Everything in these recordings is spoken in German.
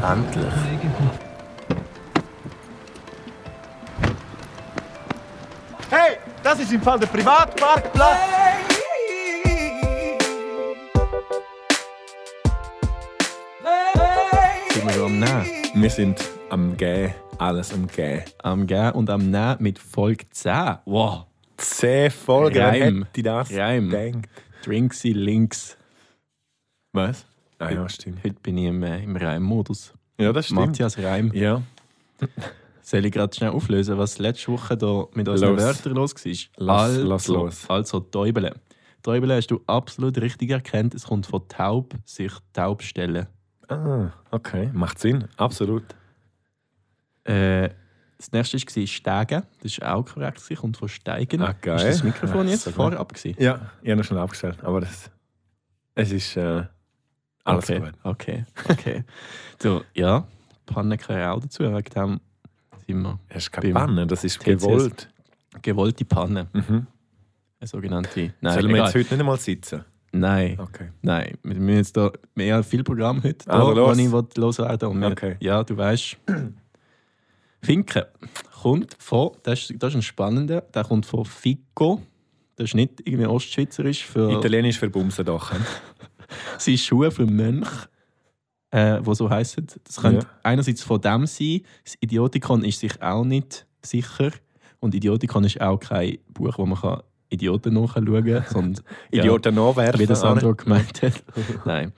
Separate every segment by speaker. Speaker 1: Endlich.
Speaker 2: Hey, das ist im Fall der Privatparkplatz.
Speaker 1: Sind wir schon am Nähen?
Speaker 3: Wir sind am Gehen, alles am Gehen.
Speaker 1: Am Gehen und am Nähen mit Folge 10. Wow.
Speaker 3: Zehn Folgen, wer
Speaker 1: Reim.
Speaker 3: hätte das
Speaker 1: Reim.
Speaker 3: gedacht?
Speaker 1: Drinksy links.
Speaker 3: Was? Ah, ja, stimmt.
Speaker 1: Heute bin ich im, äh, im Reimmodus.
Speaker 3: Ja, das stimmt.
Speaker 1: Matthias Reim.
Speaker 3: Ja.
Speaker 1: Soll ich gerade schnell auflösen, was letzte Woche da mit unseren
Speaker 3: Los.
Speaker 1: Wörtern los war?
Speaker 3: Lass-
Speaker 1: also,
Speaker 3: lass los.
Speaker 1: Also Täubele. Täubele hast du absolut richtig erkannt. Es kommt von taub, sich taub stellen.
Speaker 3: Ah, okay. Macht Sinn, absolut.
Speaker 1: Äh, das nächste war Steigen. Das war auch korrekt. Es kommt von Steigen.
Speaker 3: Ah, geil.
Speaker 1: Ist das Mikrofon
Speaker 3: Ah,
Speaker 1: jetzt
Speaker 3: so gut.
Speaker 1: vorab? Gewesen?
Speaker 3: Ja, ich habe noch schnell abgestellt, aber das, es ist äh, alles
Speaker 1: okay.
Speaker 3: gut.
Speaker 1: Okay, okay. so, ja, Panne gehören auch dazu. Wegen dem sind wir
Speaker 3: Es ist keine
Speaker 1: Beim
Speaker 3: Panne, das ist
Speaker 1: TCS.
Speaker 3: gewollt.
Speaker 1: gewollte Panne.
Speaker 3: Mhm.
Speaker 1: Eine sogenannte. Nein,
Speaker 3: Sollen wir
Speaker 1: egal.
Speaker 3: jetzt heute nicht einmal sitzen?
Speaker 1: Nein.
Speaker 3: Okay.
Speaker 1: Nein, wir müssen jetzt da, wir haben viel Programm heute, da,
Speaker 3: Also los.
Speaker 1: wo ich will loswerden und wir,
Speaker 3: Okay.
Speaker 1: Ja, du weißt. Finken kommt von, das ist, das ist ein spannender, der kommt von Fico. Das ist nicht irgendwie Ostschweizerisch für
Speaker 3: Oh. Italienisch für Bumsen doch.
Speaker 1: seine Schuhe für Mönch, äh, wo so heißen. Das könnte einerseits von dem sein, das Idiotikon ist sich auch nicht sicher und Idiotikon ist auch kein Buch, wo man kann Idioten nachschauen kann, sondern ja
Speaker 3: Idioten nachwerfen.
Speaker 1: wie das
Speaker 3: oder?
Speaker 1: Sandro gemeint hat. Nein.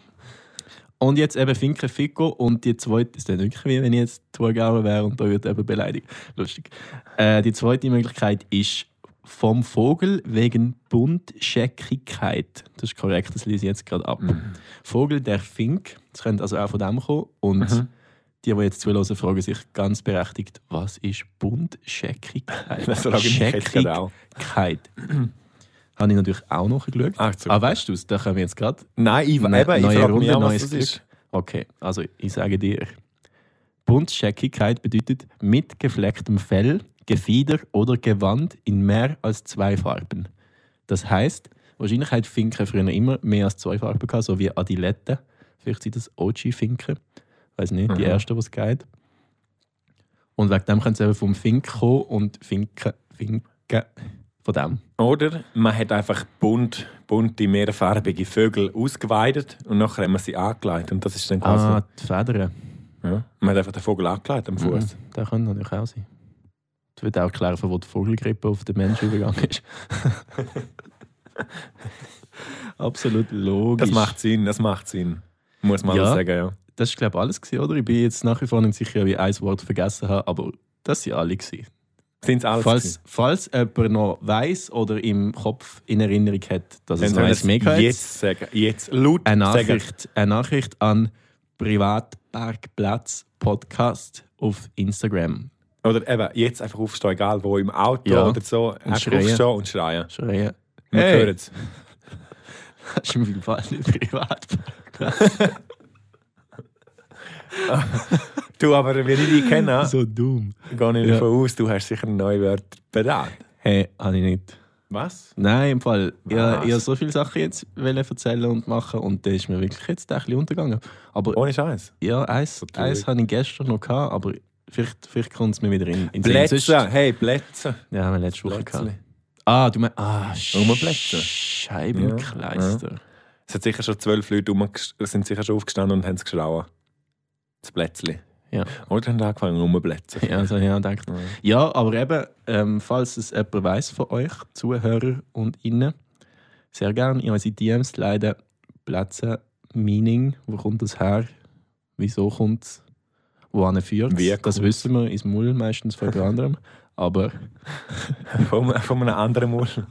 Speaker 1: Und jetzt eben Finke Fico und die zweite, ist dann wirklich wie wenn ich jetzt Thurgauer wäre und da wird eben beleidigt. Lustig. Äh, die zweite Möglichkeit ist vom Vogel wegen Buntscheckigkeit. Das ist korrekt, das lese ich jetzt gerade ab.
Speaker 3: Mhm.
Speaker 1: Vogel der Fink, das könnte also auch von dem kommen. Und
Speaker 3: Mhm.
Speaker 1: die, die jetzt zuhören, fragen sich ganz berechtigt, was ist Buntscheckigkeit?
Speaker 3: Das frage ich mich jetzt gerade auch.
Speaker 1: Scheckigkeit. Habe ich natürlich auch noch geschaut.
Speaker 3: Ach, super.
Speaker 1: Ah, weißt du es? Da können wir jetzt gerade.
Speaker 3: Nein, ich,
Speaker 1: Ne-
Speaker 3: eben, ich
Speaker 1: neue
Speaker 3: frage
Speaker 1: Runde,
Speaker 3: mich auch, was
Speaker 1: neues
Speaker 3: das
Speaker 1: Glück.
Speaker 3: ist.
Speaker 1: Okay, also ich sage dir. Buntscheckigkeit bedeutet mit geflecktem Fell, Gefieder oder Gewand in mehr als zwei Farben. Das heißt, wahrscheinlich hat Finken früher immer mehr als zwei Farben gehabt, so wie Adilette. Vielleicht sind das OG-Finken. Weiß nicht, die
Speaker 3: Mhm.
Speaker 1: ersten, die es geht. Und wegen dem können sie eben vom Fink kommen und Finken, Finken von dem.
Speaker 3: Oder man hat einfach bunt, bunte, mehrfarbige Vögel ausgeweidet und nachher hat man sie angelegt. Und das ist dann quasi.
Speaker 1: Ah, die Federn.
Speaker 3: Ja. Man hat einfach den Vogel angelegt am Fuß.
Speaker 1: Mhm, Das könnte natürlich auch sein. Das würde auch erklären, von wo die Vogelgrippe auf den Menschen übergegangen ist. Absolut logisch.
Speaker 3: Das macht Sinn, das macht Sinn. Muss man
Speaker 1: Ja.
Speaker 3: alles sagen, ja.
Speaker 1: das ist, glaube ich, alles, gewesen, oder? Ich bin jetzt nach wie vor nicht sicher, ob ich ein Wort vergessen habe, aber das waren alle. Gewesen.
Speaker 3: Sind es alles?
Speaker 1: Falls,
Speaker 3: gewesen?
Speaker 1: falls jemand noch weiß oder im Kopf in Erinnerung hat, dass
Speaker 3: Dann
Speaker 1: es
Speaker 3: sollen
Speaker 1: noch eins
Speaker 3: wir
Speaker 1: mega
Speaker 3: es
Speaker 1: jetzt
Speaker 3: jetzt sagen. Jetzt laut
Speaker 1: eine
Speaker 3: sagen.
Speaker 1: Nachricht, eine Nachricht an Privatparkplatz Podcast auf Instagram.
Speaker 3: Oder eben, jetzt einfach aufstehen, egal wo, im Auto
Speaker 1: Ja.
Speaker 3: oder so. Einfach
Speaker 1: schreien.
Speaker 3: aufstehen und schreien.
Speaker 1: Schreien.
Speaker 3: Wir
Speaker 1: Hey.
Speaker 3: hören es.
Speaker 1: Das ist im Fall nicht privat.
Speaker 3: Du, aber wenn ich dich kenne,
Speaker 1: so dumm.
Speaker 3: gehe ich
Speaker 1: Ja.
Speaker 3: davon aus, du hast sicher neue Wörter bereit.
Speaker 1: Hey, habe ich nicht.
Speaker 3: Was?
Speaker 1: Nein, im Fall. Ich, ich
Speaker 3: Was?
Speaker 1: wollte so viele Sachen jetzt wollen erzählen und machen und da ist mir wirklich jetzt ein bisschen untergegangen. Aber
Speaker 3: Ohne Scheiß.
Speaker 1: ja, eins,
Speaker 3: traurig.
Speaker 1: eins hatte ich gestern noch, gehabt, aber vielleicht, vielleicht kommt es mir wieder in, in den Sinn.
Speaker 3: Plätze,
Speaker 1: Sonst-
Speaker 3: hey, Plätze.
Speaker 1: Ja, haben wir letzte Woche
Speaker 3: Plätzli.
Speaker 1: gehabt. Ah, du meinst. Ah,
Speaker 3: Nur Plätze.
Speaker 1: Scheibenkleister.
Speaker 3: Es hat sicher schon zwölf Leute rumges- sind sicher schon aufgestanden und haben es geschrauen. Das Plätzli.
Speaker 1: Ja.
Speaker 3: Oder haben angefangen rumplätzen.
Speaker 1: Ja, also, ja, denkt. ja, aber eben, ähm, falls es jemand weiss von euch, Zuhörer und Innen, sehr gerne in unsere DMs leiden. Plätze, Meaning, wo kommt das her? Wieso kommt es? Wohin führt
Speaker 3: Wie
Speaker 1: es? Das
Speaker 3: kommt
Speaker 1: wissen wir, ist Mull meistens von jemand anderem. Aber
Speaker 3: Von, von einem anderen Muschel.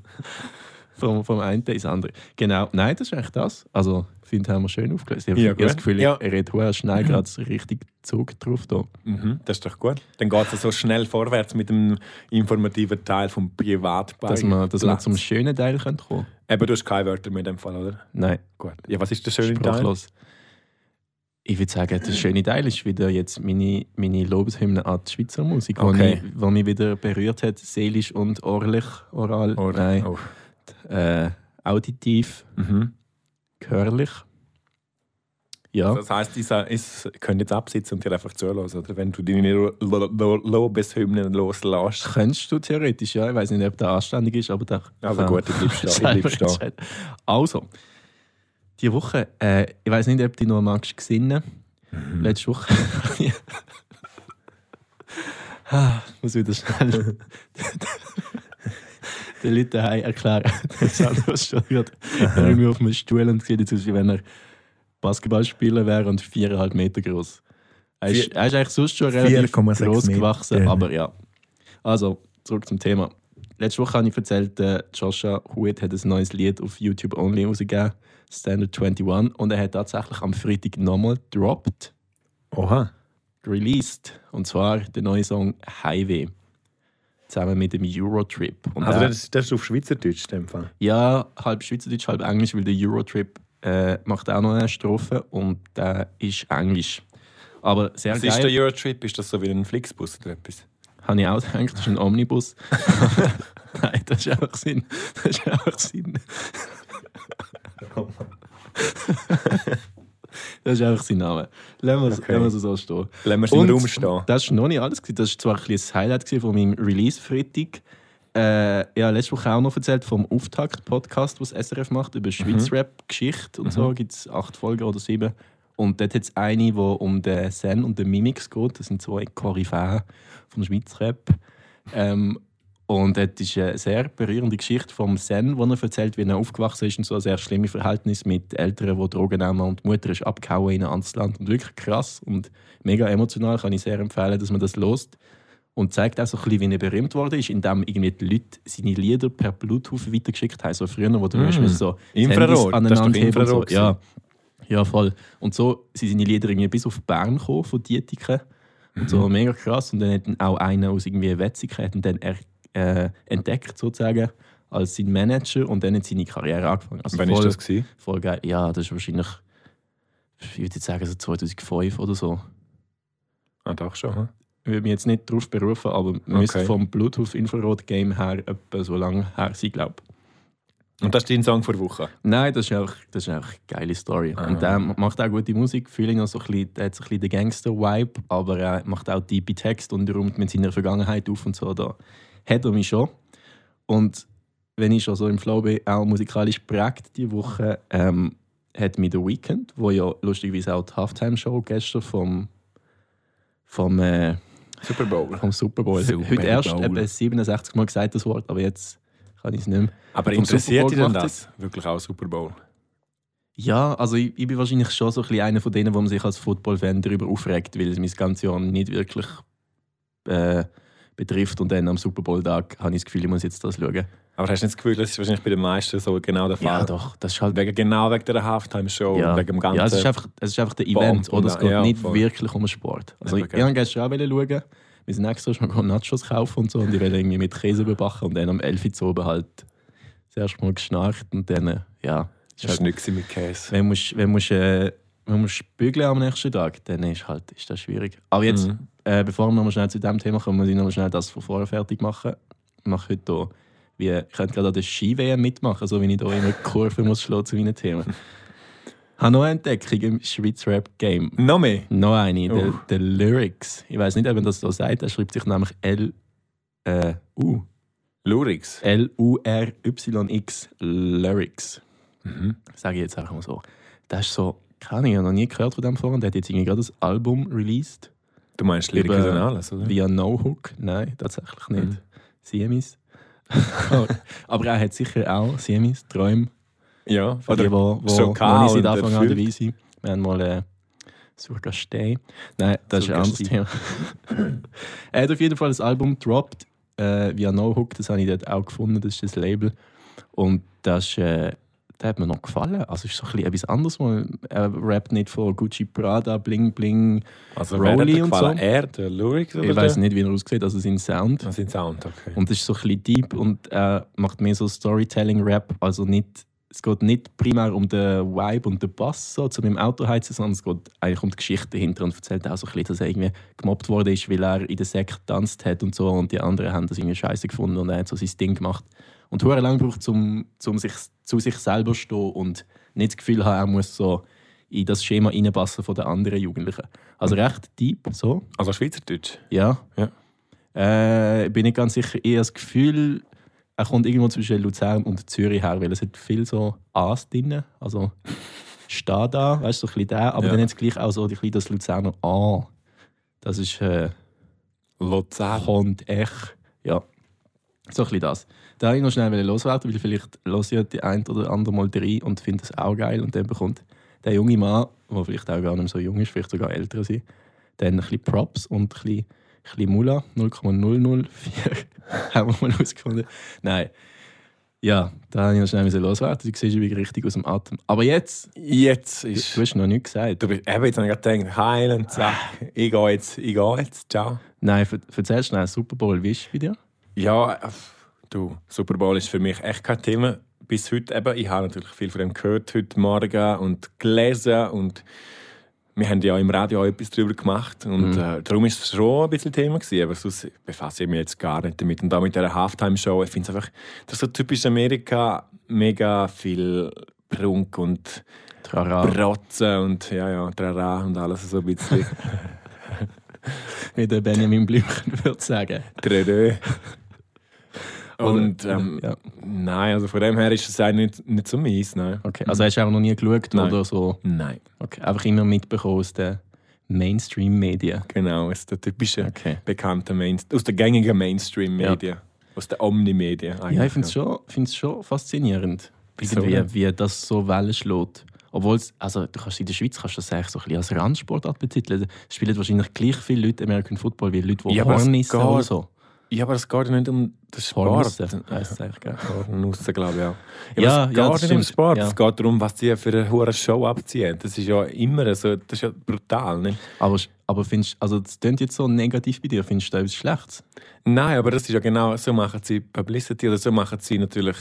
Speaker 1: vom, vom einen ins andere. Genau, nein, das ist eigentlich das. Also, ich finde, haben wir schön aufgelöst. Ich habe
Speaker 3: Ja,
Speaker 1: ich habe das
Speaker 3: gut.
Speaker 1: Gefühl,
Speaker 3: Ja.
Speaker 1: er redet hoher schnell gerade so richtig Zug drauf. Da.
Speaker 3: Mhm, das ist doch gut. Dann geht es so schnell vorwärts mit dem informativen Teil vom Privatbau.
Speaker 1: Dass, wir, dass wir zum schönen Teil kommen können.
Speaker 3: Eben, du hast keine Wörter mehr in dem Fall, oder?
Speaker 1: Nein.
Speaker 3: Gut. Ja, was ist der schöne Teil?
Speaker 1: sprachlos. Ich würde sagen, der schöne Teil ist wieder jetzt meine, meine Lobeshymne an die Schweizer Musik, die
Speaker 3: Okay.
Speaker 1: mich, wo mich wieder berührt hat, seelisch und orlich, oral,
Speaker 3: Oder-
Speaker 1: nein,
Speaker 3: Oh.
Speaker 1: äh, auditiv,
Speaker 3: Mhm.
Speaker 1: gehörlich. Ja.
Speaker 3: Das heisst, ihr ist, könnt jetzt absitzen und dir einfach zuhören. Oder wenn du deine Lo- Lo- Lo- Lobeshymnen loslässt.
Speaker 1: Könntest du theoretisch, ja. Ich weiß nicht, ob der anständig ist, aber der.
Speaker 3: Aber gut, ich bleib stehen, ich
Speaker 1: selber
Speaker 3: bleib stehen.
Speaker 1: entscheiden. Also, die Woche, äh, ich weiß nicht, ob du dich noch magst gesinnen.
Speaker 3: Mhm.
Speaker 1: Letzte Woche. ah, ich muss wieder schnell. den Leuten daheim erklären. Sandro ist schon gerade irgendwie auf einem Stuhl und sieht jetzt aus, wie wenn er Basketballspieler wäre und viereinhalb Meter groß. Er ist,
Speaker 3: Vier-
Speaker 1: er ist eigentlich sonst schon relativ
Speaker 4: 4,6
Speaker 1: groß
Speaker 4: Meter.
Speaker 1: gewachsen, aber ja. Also, zurück zum Thema. Letzte Woche habe ich erzählt, äh, Joshua Huet hat ein neues Lied auf YouTube Only rausgegeben, Standard 21, und er hat tatsächlich am Freitag nochmal dropped,
Speaker 4: Oha.
Speaker 1: released, und zwar den neuen Song Highway, zusammen mit dem Eurotrip. Und
Speaker 4: Also
Speaker 1: der-
Speaker 4: das, das ist auf Schweizerdeutsch in dem Fall.
Speaker 1: ja, halb Schweizerdeutsch, halb Englisch, weil der Eurotrip äh, macht auch noch eine Strophe und der ist Englisch. Aber sehr
Speaker 3: Was
Speaker 1: geil.
Speaker 3: ist der Eurotrip? Ist das so wie ein Flixbus oder etwas?
Speaker 1: Habe ich auch gedacht, das ist ein Omnibus. Nein, das ist einfach Sinn. Das ist einfach Sinn. das ist einfach sein Name. Lassen wir es
Speaker 3: Okay.
Speaker 1: okay. so stehen.
Speaker 3: Lassen wir es
Speaker 1: Und
Speaker 3: im Raum stehen.
Speaker 1: Das war noch nicht alles. gewesen. Das war zwar ein kleines Highlight gewesen von meinem Release-Freitag. Äh, ja, letzte Woche auch noch erzählt vom Auftakt-Podcast, was SRF macht, über
Speaker 3: Mhm.
Speaker 1: Schweiz-Rap-Geschichte und so. Gibt es acht Folgen oder sieben. Und dort hat es eine, die um den Sen und den Mimix geht. Das sind zwei Koryphäen vom Schweiz-Rap. Ähm, und dort ist eine sehr berührende Geschichte vom Sen, wo er erzählt, wie er aufgewachsen ist und so ein sehr schlimmes Verhältnis mit Eltern, die Drogen nehmen und die Mutter ist abgehauen in ein anderes Land. Und wirklich krass und mega emotional kann ich sehr empfehlen, dass man das lost und zeigt auch so ein bisschen, wie er berühmt worden ist, indem irgendwie die Leute seine Lieder per Bluetooth weitergeschickt haben. So früher, wo du mm. so die
Speaker 3: Mhm. Infrarot,
Speaker 1: Handys
Speaker 3: das ist doch
Speaker 1: heben und so.
Speaker 3: Infrarot
Speaker 1: Ja, ja, voll. Und so sind seine Lieder irgendwie bis auf Bern gekommen, von Dietiken. Und
Speaker 3: Mhm.
Speaker 1: so mega krass. Und dann hat ihn auch einer aus irgendwie Wetzigkeiten dann er, äh, entdeckt, sozusagen, als sein Manager. Und dann hat seine Karriere angefangen. Also
Speaker 3: Wann
Speaker 1: voll,
Speaker 3: ist das? Gewesen?
Speaker 1: Voll geil. Ja, das ist wahrscheinlich, ich würde jetzt sagen, so 2005 oder so.
Speaker 3: Ah, doch schon. hm?
Speaker 1: Ich würde mich jetzt nicht darauf berufen, aber müsste vom Bluetooth-Infrarot-Game her etwa so lange her sein, glaube
Speaker 3: Und das ist dein Song vor Woche.
Speaker 1: Nein, das ist einfach, das ist einfach eine geile Story.
Speaker 3: Ah.
Speaker 1: Und der macht auch gute Musik, fühle ich noch so ein bisschen, der hat so ein bisschen den Gangster-Vibe, aber er macht auch tiefe Texte und räumt mit seiner Vergangenheit auf und so. Da hat er mich schon. Und wenn ich schon so im Flow bin, auch musikalisch prägt die Woche, ähm, hat mich The Weeknd, wo ja lustigerweise auch die Halftime-Show gestern vom, vom äh,
Speaker 3: Super Bowl.
Speaker 1: Vom Super Bowl.
Speaker 3: Super
Speaker 1: Heute erst
Speaker 3: Bowl.
Speaker 1: etwa 67 Mal gesagt das Wort, aber jetzt kann ich es nicht mehr.
Speaker 3: Aber
Speaker 1: Vom Super
Speaker 3: interessiert dich
Speaker 1: Bowl
Speaker 3: denn
Speaker 1: gemacht
Speaker 3: das? Wirklich auch Super Bowl?
Speaker 1: Ja, also ich, ich bin wahrscheinlich schon so ein bisschen einer von denen, wo man sich als Football-Fan darüber aufregt, weil es mein ganzes Jahr nicht wirklich äh, betrifft. Und dann am Super Bowl-Tag habe ich das Gefühl, ich muss jetzt das schauen.
Speaker 3: Aber hast du nicht das Gefühl, das ist wahrscheinlich bei den meisten so genau der Fall?
Speaker 1: Ja, doch, das ist halt...
Speaker 3: Wegen, genau wegen der Halftime-Show
Speaker 1: Ja,
Speaker 3: und wegen dem ganzen.
Speaker 1: ja es, ist halt- einfach, es ist einfach der Event,
Speaker 3: Bomben,
Speaker 1: oder? Es geht
Speaker 3: ja,
Speaker 1: nicht
Speaker 3: voll.
Speaker 1: wirklich um den Sport. Also
Speaker 3: Eben,
Speaker 1: ich, ich
Speaker 3: gell.
Speaker 1: wollte gestern auch schauen, wir sind extra schon gegangen, Nachos kaufen und so und ich wollte irgendwie mit Käse überbacken und dann am 11 Uhr zu oben halt das erste Mal geschnarcht und dann, äh, ja... es ist
Speaker 3: das
Speaker 1: halt-
Speaker 3: ist nichts mit Käse.
Speaker 1: Wenn musst, wenn musst, äh, wenn musst bügeln am nächsten Tag, dann ist, halt, ist das schwierig. Aber jetzt,
Speaker 3: Mhm.
Speaker 1: äh, bevor wir nochmal schnell zu dem Thema kommen, muss ich nochmal schnell das von vorher fertig machen. Ich mache heute hier, wie, ich könnte gerade an der Ski-WM mitmachen, so wie ich hier immer die Kurve muss schlagen zu meinen Themen. Habe noch eine Entdeckung im Schweiz Rap-Game.
Speaker 3: Noch mehr?
Speaker 1: Noch eine, der,
Speaker 3: Uff.
Speaker 1: der Lyrics. Ich weiß nicht, ob man das so sagt. Er schreibt sich nämlich L. Äh, U.
Speaker 3: Lurix.
Speaker 1: L-U-R-Y-X Lyrics.
Speaker 3: Mhm.
Speaker 1: Sage ich jetzt einfach mal so. Das ist so, keine Ahnung, ich habe noch nie gehört von dem vorher. Der hat jetzt irgendwie gerade das Album released.
Speaker 3: Du meinst Lyrik
Speaker 1: Über-
Speaker 3: und alles, oder?
Speaker 1: Via No Hook. Nein, tatsächlich nicht.
Speaker 3: Mhm.
Speaker 1: Siemis. Aber er hat sicher auch Siemis, Träume,
Speaker 3: Ja,
Speaker 1: für die,
Speaker 3: oder?
Speaker 1: wo, wo
Speaker 3: so
Speaker 1: noch
Speaker 3: gehabt
Speaker 1: nicht seit
Speaker 3: und
Speaker 1: Anfang an
Speaker 3: erfüllt.
Speaker 1: dabei sind. Wir haben mal äh, Surga Stay. Nein, das
Speaker 3: Surga
Speaker 1: ist ein anderes Thema. er hat auf jeden Fall das Album dropped äh, via No Hook. Das habe ich dort auch gefunden. Das ist das Label. Und das ist, äh, das hat mir noch gefallen. Also es ist so ein bisschen etwas anderes. weil Er rappt nicht von Gucci Prada, Bling Bling.
Speaker 3: Also,
Speaker 1: Rowley
Speaker 3: wer hat dir
Speaker 1: und
Speaker 3: gefallen?
Speaker 1: so.
Speaker 3: Er, der Lurix oder
Speaker 1: Ich weiß
Speaker 3: der?
Speaker 1: nicht, wie er aussieht. Also sein Sound.
Speaker 3: Das ist ein Sound, okay.
Speaker 1: Und das ist so ein bisschen deep und äh, macht mehr so Storytelling-Rap. Also nicht, es geht nicht primär um den Vibe und den Bass so, um zu meinem Autoheizen, sondern es geht eigentlich um die Geschichte dahinter und erzählt auch so ein bisschen, dass er irgendwie gemobbt worden ist, weil er in der Sekte getanzt hat und so und die anderen haben das irgendwie scheiße gefunden und er hat so sein Ding gemacht. Und hure lang braucht um, um sich zu sich selber zu stehen und nicht das Gefühl haben, er muss so in das Schema reinpassen von den anderen Jugendlichen. Also recht deep, so.
Speaker 3: Also Schweizerdeutsch.
Speaker 1: Ja.
Speaker 3: Ja.
Speaker 1: Äh, bin nicht ganz sicher. Ich habe das Gefühl, er kommt irgendwo zwischen Luzern und Zürich her, weil es hat viel so A's drin. Also steht da, weißt du, so ein bisschen der. Aber
Speaker 3: Ja.
Speaker 1: dann hat es gleich auch so ein bisschen das Luzerner A. Das ist äh,
Speaker 3: Luzern.
Speaker 1: kommt echt. Ja. So ein bisschen das. Da wollte ich noch schnell loswerden, weil vielleicht höre ich die ein oder andere Mal rein und finde es auch geil. Und dann bekommt der junge Mann, der vielleicht auch gar nicht so jung ist, vielleicht sogar älter sein, dann ein bisschen Props und ein bisschen, ein bisschen Mula. 0,004 haben wir mal herausgefunden. Nein. Ja, da habe ich noch schnell loswerden. Du siehst, ich bin richtig aus dem Atem. Aber jetzt,
Speaker 3: Jetzt
Speaker 1: du
Speaker 3: ist.
Speaker 1: hast noch nichts gesagt.
Speaker 3: Du bist, eben, jetzt habe ich gerade gedacht, heilen, zack. Ich gehe jetzt, ich gehe jetzt, ciao.
Speaker 1: Nein, ver- erzähl schnell, Super Bowl, wie ist es bei dir?
Speaker 3: Ja, äh, du, Super Bowl ist für mich echt kein Thema. Bis heute eben. Ich habe natürlich viel von dem gehört heute Morgen und gelesen. Und wir haben ja im Radio auch etwas darüber gemacht. Und äh, darum ist es schon ein bisschen Thema gewesen. Aber sonst befasse ich mich jetzt gar nicht damit. Und auch mit dieser Halftime-Show. Ich finde es einfach, das ist so typisch Amerika. Mega viel Prunk und
Speaker 1: Trara.
Speaker 3: Protzen und ja, ja, Trara und alles so ein bisschen.
Speaker 1: Wie der Benjamin Blümchen würde sagen.
Speaker 3: Trerö. Und
Speaker 1: Oder-
Speaker 3: ähm,
Speaker 1: ja.
Speaker 3: nein, also von dem her ist es eigentlich nicht, nicht so meins, nein.
Speaker 1: Okay, also hast du auch noch nie geschaut
Speaker 3: Nein.
Speaker 1: oder so?
Speaker 3: Nein,
Speaker 1: Okay, einfach immer mitbekommen aus den Mainstream-Medien.
Speaker 3: genau, aus der typischen
Speaker 1: Okay.
Speaker 3: bekannten Mainstream, aus der gängigen Mainstream-Medien, aus der Omni-Medien eigentlich.
Speaker 1: Ja, ich finde es schon, find's schon faszinierend,
Speaker 3: Wieso
Speaker 1: wie,
Speaker 3: denn?
Speaker 1: wie das so Wellen schlägt. Obwohl es, also du kannst in der Schweiz kannst du das eigentlich so ein bisschen als Randsportart betiteln. Es spielen wahrscheinlich gleich viele Leute American Football wie Leute, die
Speaker 3: Ja, aber es
Speaker 1: Hornissen
Speaker 3: geht-
Speaker 1: oder so.
Speaker 3: Ja, aber es geht ja nicht um den Sport.
Speaker 1: Hornissen heisst es eigentlich, gell?
Speaker 3: Hornussen, glaube ich auch.
Speaker 1: Ja,
Speaker 3: aber es
Speaker 1: ja,
Speaker 3: geht
Speaker 1: das
Speaker 3: nicht um
Speaker 1: stimmt.
Speaker 3: Sport,
Speaker 1: Ja.
Speaker 3: es geht darum, was die für eine hohe Show abziehen. Das ist ja immer so, das ist ja brutal, nicht?
Speaker 1: Aber, aber findest also das klingt jetzt so negativ bei dir, findest du da etwas Schlechtes?
Speaker 3: Nein, aber das ist ja genau, so machen sie Publicity oder so machen sie natürlich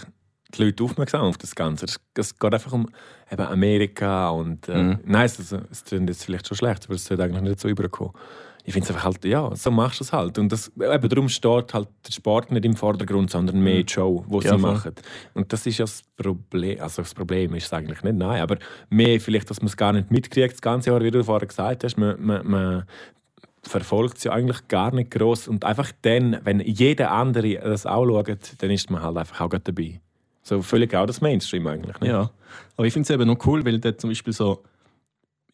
Speaker 3: die Leute aufmerksam auf das Ganze. Es- Es geht einfach um eben Amerika und äh,
Speaker 1: Mhm.
Speaker 3: nein, es, es, es klingt jetzt vielleicht schon schlecht, aber es sollte eigentlich nicht so überkommen. Ich finde es einfach halt, ja, so machst du es halt. Und das, eben darum steht halt der Sport nicht im Vordergrund, sondern mehr die Show, die
Speaker 1: Mhm. Ja,
Speaker 3: sie
Speaker 1: voll.
Speaker 3: machen. Und das ist ja das Problem, also das Problem ist es eigentlich nicht, nein, aber mehr vielleicht, dass man es gar nicht mitkriegt, das ganze Jahr, wie du vorher gesagt hast, man, man, man verfolgt sie eigentlich gar nicht groß und einfach dann, wenn jeder andere das auch schaut, dann ist man halt einfach auch gerade dabei. So völlig auch das Mainstream eigentlich. Ne?
Speaker 1: Ja, aber ich finde es eben noch cool, weil dort zum Beispiel so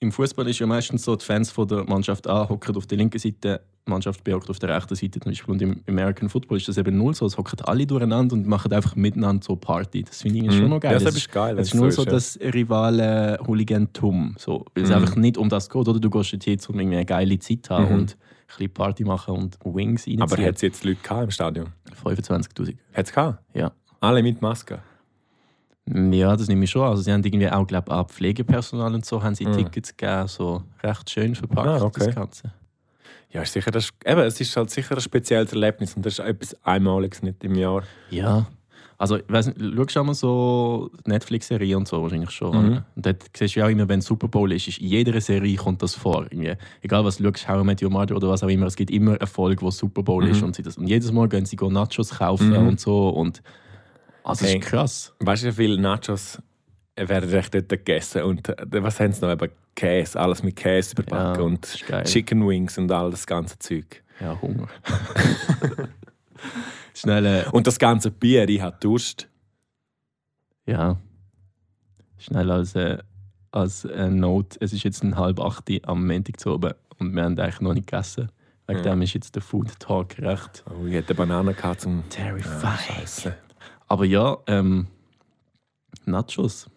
Speaker 1: im Fußball ist ja meistens so, die Fans von der Mannschaft A hocken auf der linken Seite, die Mannschaft B hockt auf der rechten Seite zum Beispiel. Und im American Football ist das eben null so, es hocken alle durcheinander und machen einfach miteinander so Party. Das finde ich irgendwie schon noch geil.
Speaker 3: Mhm. Ja, das
Speaker 1: Es
Speaker 3: ist geil, wenn
Speaker 1: Es
Speaker 3: es
Speaker 1: ist nur
Speaker 3: so
Speaker 1: so
Speaker 3: ist, ja.
Speaker 1: das rivale Hooligantum, so, weil es
Speaker 3: Mhm.
Speaker 1: einfach nicht um das geht, oder? Du gehst jetzt hier, um irgendwie eine geile Zeit zu haben und ein bisschen Party machen und Wings reinziehen.
Speaker 3: Aber hat es jetzt Leute gehabt im Stadion?
Speaker 1: 25'000,
Speaker 3: Hat es gehabt?
Speaker 1: ja.
Speaker 3: Alle mit Maske?
Speaker 1: Ja, das nehme ich schon. Also sie haben irgendwie auch, glaube auch Pflegepersonal und so, haben sie Tickets gegeben, so recht schön verpackt,
Speaker 3: Mhm. Ah, okay.
Speaker 1: das Ganze.
Speaker 3: Ja, ist sicher, das, ist- eben, es ist halt sicher ein spezielles Erlebnis und das ist etwas Einmaliges nicht im Jahr.
Speaker 1: Ja. Also, ich weiss nicht, schaust du auch mal so Netflix-Serien und so wahrscheinlich schon.
Speaker 3: Mhm.
Speaker 1: oder? Und dort siehst du ja auch immer, wenn Super Bowl ist, ist in jeder Serie kommt das vor. Irgendwie. Egal was du schaust, How I Met Your Mother oder was auch immer, es gibt immer eine Folge, wo Super Bowl ist
Speaker 3: Mhm.
Speaker 1: und sie das. Und jedes Mal gehen sie go Nachos kaufen und so. Und, also, das
Speaker 3: Hey.
Speaker 1: ist krass.
Speaker 3: Weißt du, wie viele Nachos werden recht dort gegessen? Und äh, was haben sie noch? Eben Käse, alles mit Käse überbacken
Speaker 1: Ja, das
Speaker 3: und
Speaker 1: ist geil.
Speaker 3: Chicken Wings und all das ganze Zeug.
Speaker 1: Ja, Hunger. Schnell. äh,
Speaker 3: Und das ganze Bier, ich habe Durst.
Speaker 1: Ja. Schnell als, äh, als äh, Note. Es ist jetzt ein halb acht am Montag zu oben und wir haben eigentlich noch nicht gegessen. Wegen dem ist jetzt der Food Talk recht
Speaker 3: Oh, ich hätte eine Banane gehabt zum
Speaker 1: terrifying.
Speaker 3: Essen.
Speaker 1: Aber ja, ähm, Nachos.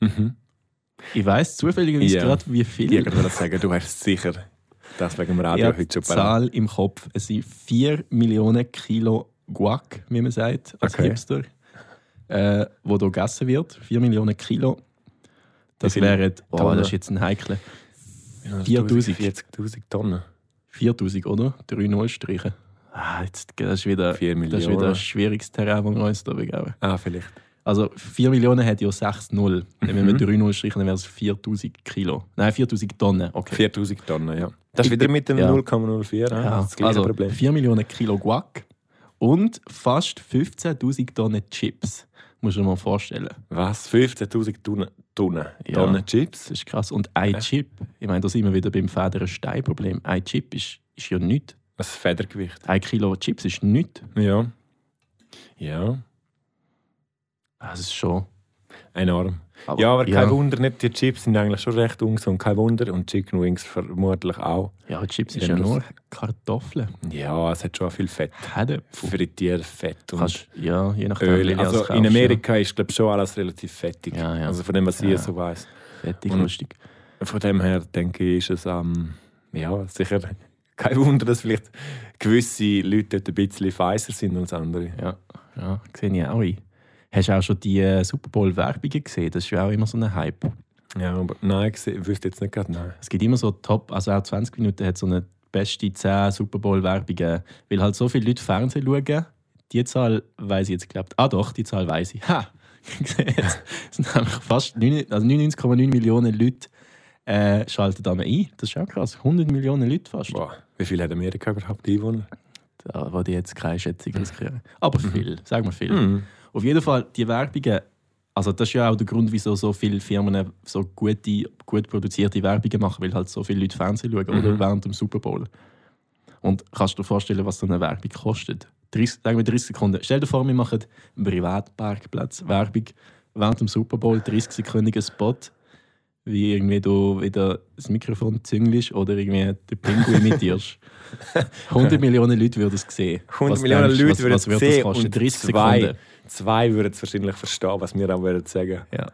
Speaker 3: Mhm.
Speaker 1: Ich weiß zufälligerweise
Speaker 3: Ja.
Speaker 1: gerade, wie
Speaker 3: Ich
Speaker 1: viel.
Speaker 3: wollte gerade sagen, du hast sicher das wegen dem
Speaker 1: Ich
Speaker 3: Radio
Speaker 1: habe
Speaker 3: heute
Speaker 1: die
Speaker 3: schon parat.
Speaker 1: Zahl im Kopf. Es sind 4 Millionen Kilo Guac, wie man sagt, als
Speaker 3: Okay.
Speaker 1: Hipster, äh, wo hier gegessen wird. 4 Millionen Kilo. Das
Speaker 3: Wie viele
Speaker 1: wären, oh,
Speaker 3: Tonnen?
Speaker 1: das ist jetzt ein heikler. 4000.
Speaker 3: 40.000 Tonnen.
Speaker 1: 4000, oder? 3 Null streichen. Ah, jetzt, das, ist wieder, das
Speaker 3: Äh, Vier
Speaker 1: ist wieder
Speaker 3: Millionen.
Speaker 1: ein schwieriges Terrain, das wir uns da begeben.
Speaker 3: Ah, vielleicht.
Speaker 1: Also 4 Millionen hat ja 6 Null. Wenn
Speaker 3: Mhm.
Speaker 1: wir 3 Null streichen, dann wären es 4000 Kilo. Nein, 4000 Tonnen. Okay.
Speaker 3: 4000 Tonnen, ja. Das ist wieder mit dem
Speaker 1: Ja.
Speaker 3: 0,04. ah,
Speaker 1: Ja,
Speaker 3: Das gleiche
Speaker 1: also
Speaker 3: Problem.
Speaker 1: 4 Millionen Kilo Guac und fast 15.000 Tonnen Chips. Musst du dir mal vorstellen.
Speaker 3: Was? 15.000 Tonnen, Tonnen,
Speaker 1: Ja.
Speaker 3: Tonnen Chips?
Speaker 1: Das ist krass. Und ein
Speaker 3: Ja.
Speaker 1: Chip, ich meine, da sind wir wieder beim Federn-Stein-Problem. Ein Chip ist, ist ja nichts.
Speaker 3: Ein Federgewicht.
Speaker 1: Ein Kilo Chips ist nichts.
Speaker 3: Ja. Ja.
Speaker 1: Das Also, ist schon.
Speaker 3: Enorm.
Speaker 1: aber-
Speaker 3: Ja, aber kein
Speaker 1: ja.
Speaker 3: Wunder, nicht die Chips sind eigentlich schon recht ungesund. Kein Wunder. Und Chicken Wings vermutlich auch.
Speaker 1: Ja, halt Chips
Speaker 3: Ich
Speaker 1: ist ja
Speaker 3: nehme
Speaker 1: nur Kartoffeln.
Speaker 3: Ja, es hat schon viel Fett.
Speaker 1: Herde.
Speaker 3: Frittierfett und
Speaker 1: Kannst, ja, je nachdem. wie
Speaker 3: Öl.
Speaker 1: du das
Speaker 3: Also
Speaker 1: kaufst,
Speaker 3: in Amerika ist glaube schon alles relativ fettig.
Speaker 1: Ja, ja.
Speaker 3: Also von dem, was ich
Speaker 1: Ja.
Speaker 3: so weiß.
Speaker 1: Ja, fertig,
Speaker 3: Und-
Speaker 1: lustig.
Speaker 3: Von dem her denke ich, ist es ähm, ja, sicher kein Wunder, dass vielleicht gewisse Leute dort ein bisschen feiser sind als andere.
Speaker 1: Ja, ja sehe ich auch ein. Hast du auch schon die äh, Super Bowl-Werbungen gesehen? Das ist ja auch immer so ein Hype.
Speaker 3: Ja, aber nein, ich se- wüsste jetzt nicht gerade, nein.
Speaker 1: Es gibt immer so Top, also auch 20 Minuten hat so eine beste 10 Super Bowl-Werbungen. Weil halt so viele Leute Fernsehen schauen. Die Zahl weiß ich jetzt, glaube ich. Ah doch, die Zahl weiß ich. Ha! Jetzt sind nämlich fast 99,9 also 99,9 Millionen Leute äh, schalten da mal ein. Das ist auch krass. 100 Millionen Leute fast.
Speaker 3: Boah, wie viel hat Amerika überhaupt Einwohner?
Speaker 1: Da wollte ich äh, jetzt keine Schätzung riskieren. Aber viel, sagen wir viel.
Speaker 3: Mhm.
Speaker 1: Mhm. Auf jeden Fall, die Werbungen, also das ist ja auch der Grund, wieso so viele Firmen so gute, gut produzierte Werbungen machen, weil halt so viele Leute Fernsehen schauen oder während dem Super Bowl. Und kannst du dir vorstellen, was so eine Werbung kostet? 30, sagen wir 30 Sekunden. Stell dir vor, wir machen einen Privatparkplatz, Werbung während dem Super Bowl, 30 Sekunden Spot, wie irgendwie du wieder das Mikrofon züngelst oder irgendwie den Pinguin imitierst. 100 Millionen Leute würden es sehen.
Speaker 3: 100
Speaker 1: Was
Speaker 3: Millionen
Speaker 1: denkst du,
Speaker 3: Leute würden
Speaker 1: was,
Speaker 3: es
Speaker 1: was würde das
Speaker 3: sehen
Speaker 1: kosten?
Speaker 3: und
Speaker 1: 30
Speaker 3: zwei,
Speaker 1: Sekunden.
Speaker 3: zwei würden es wahrscheinlich verstehen, was wir auch würden sagen.
Speaker 1: Ja.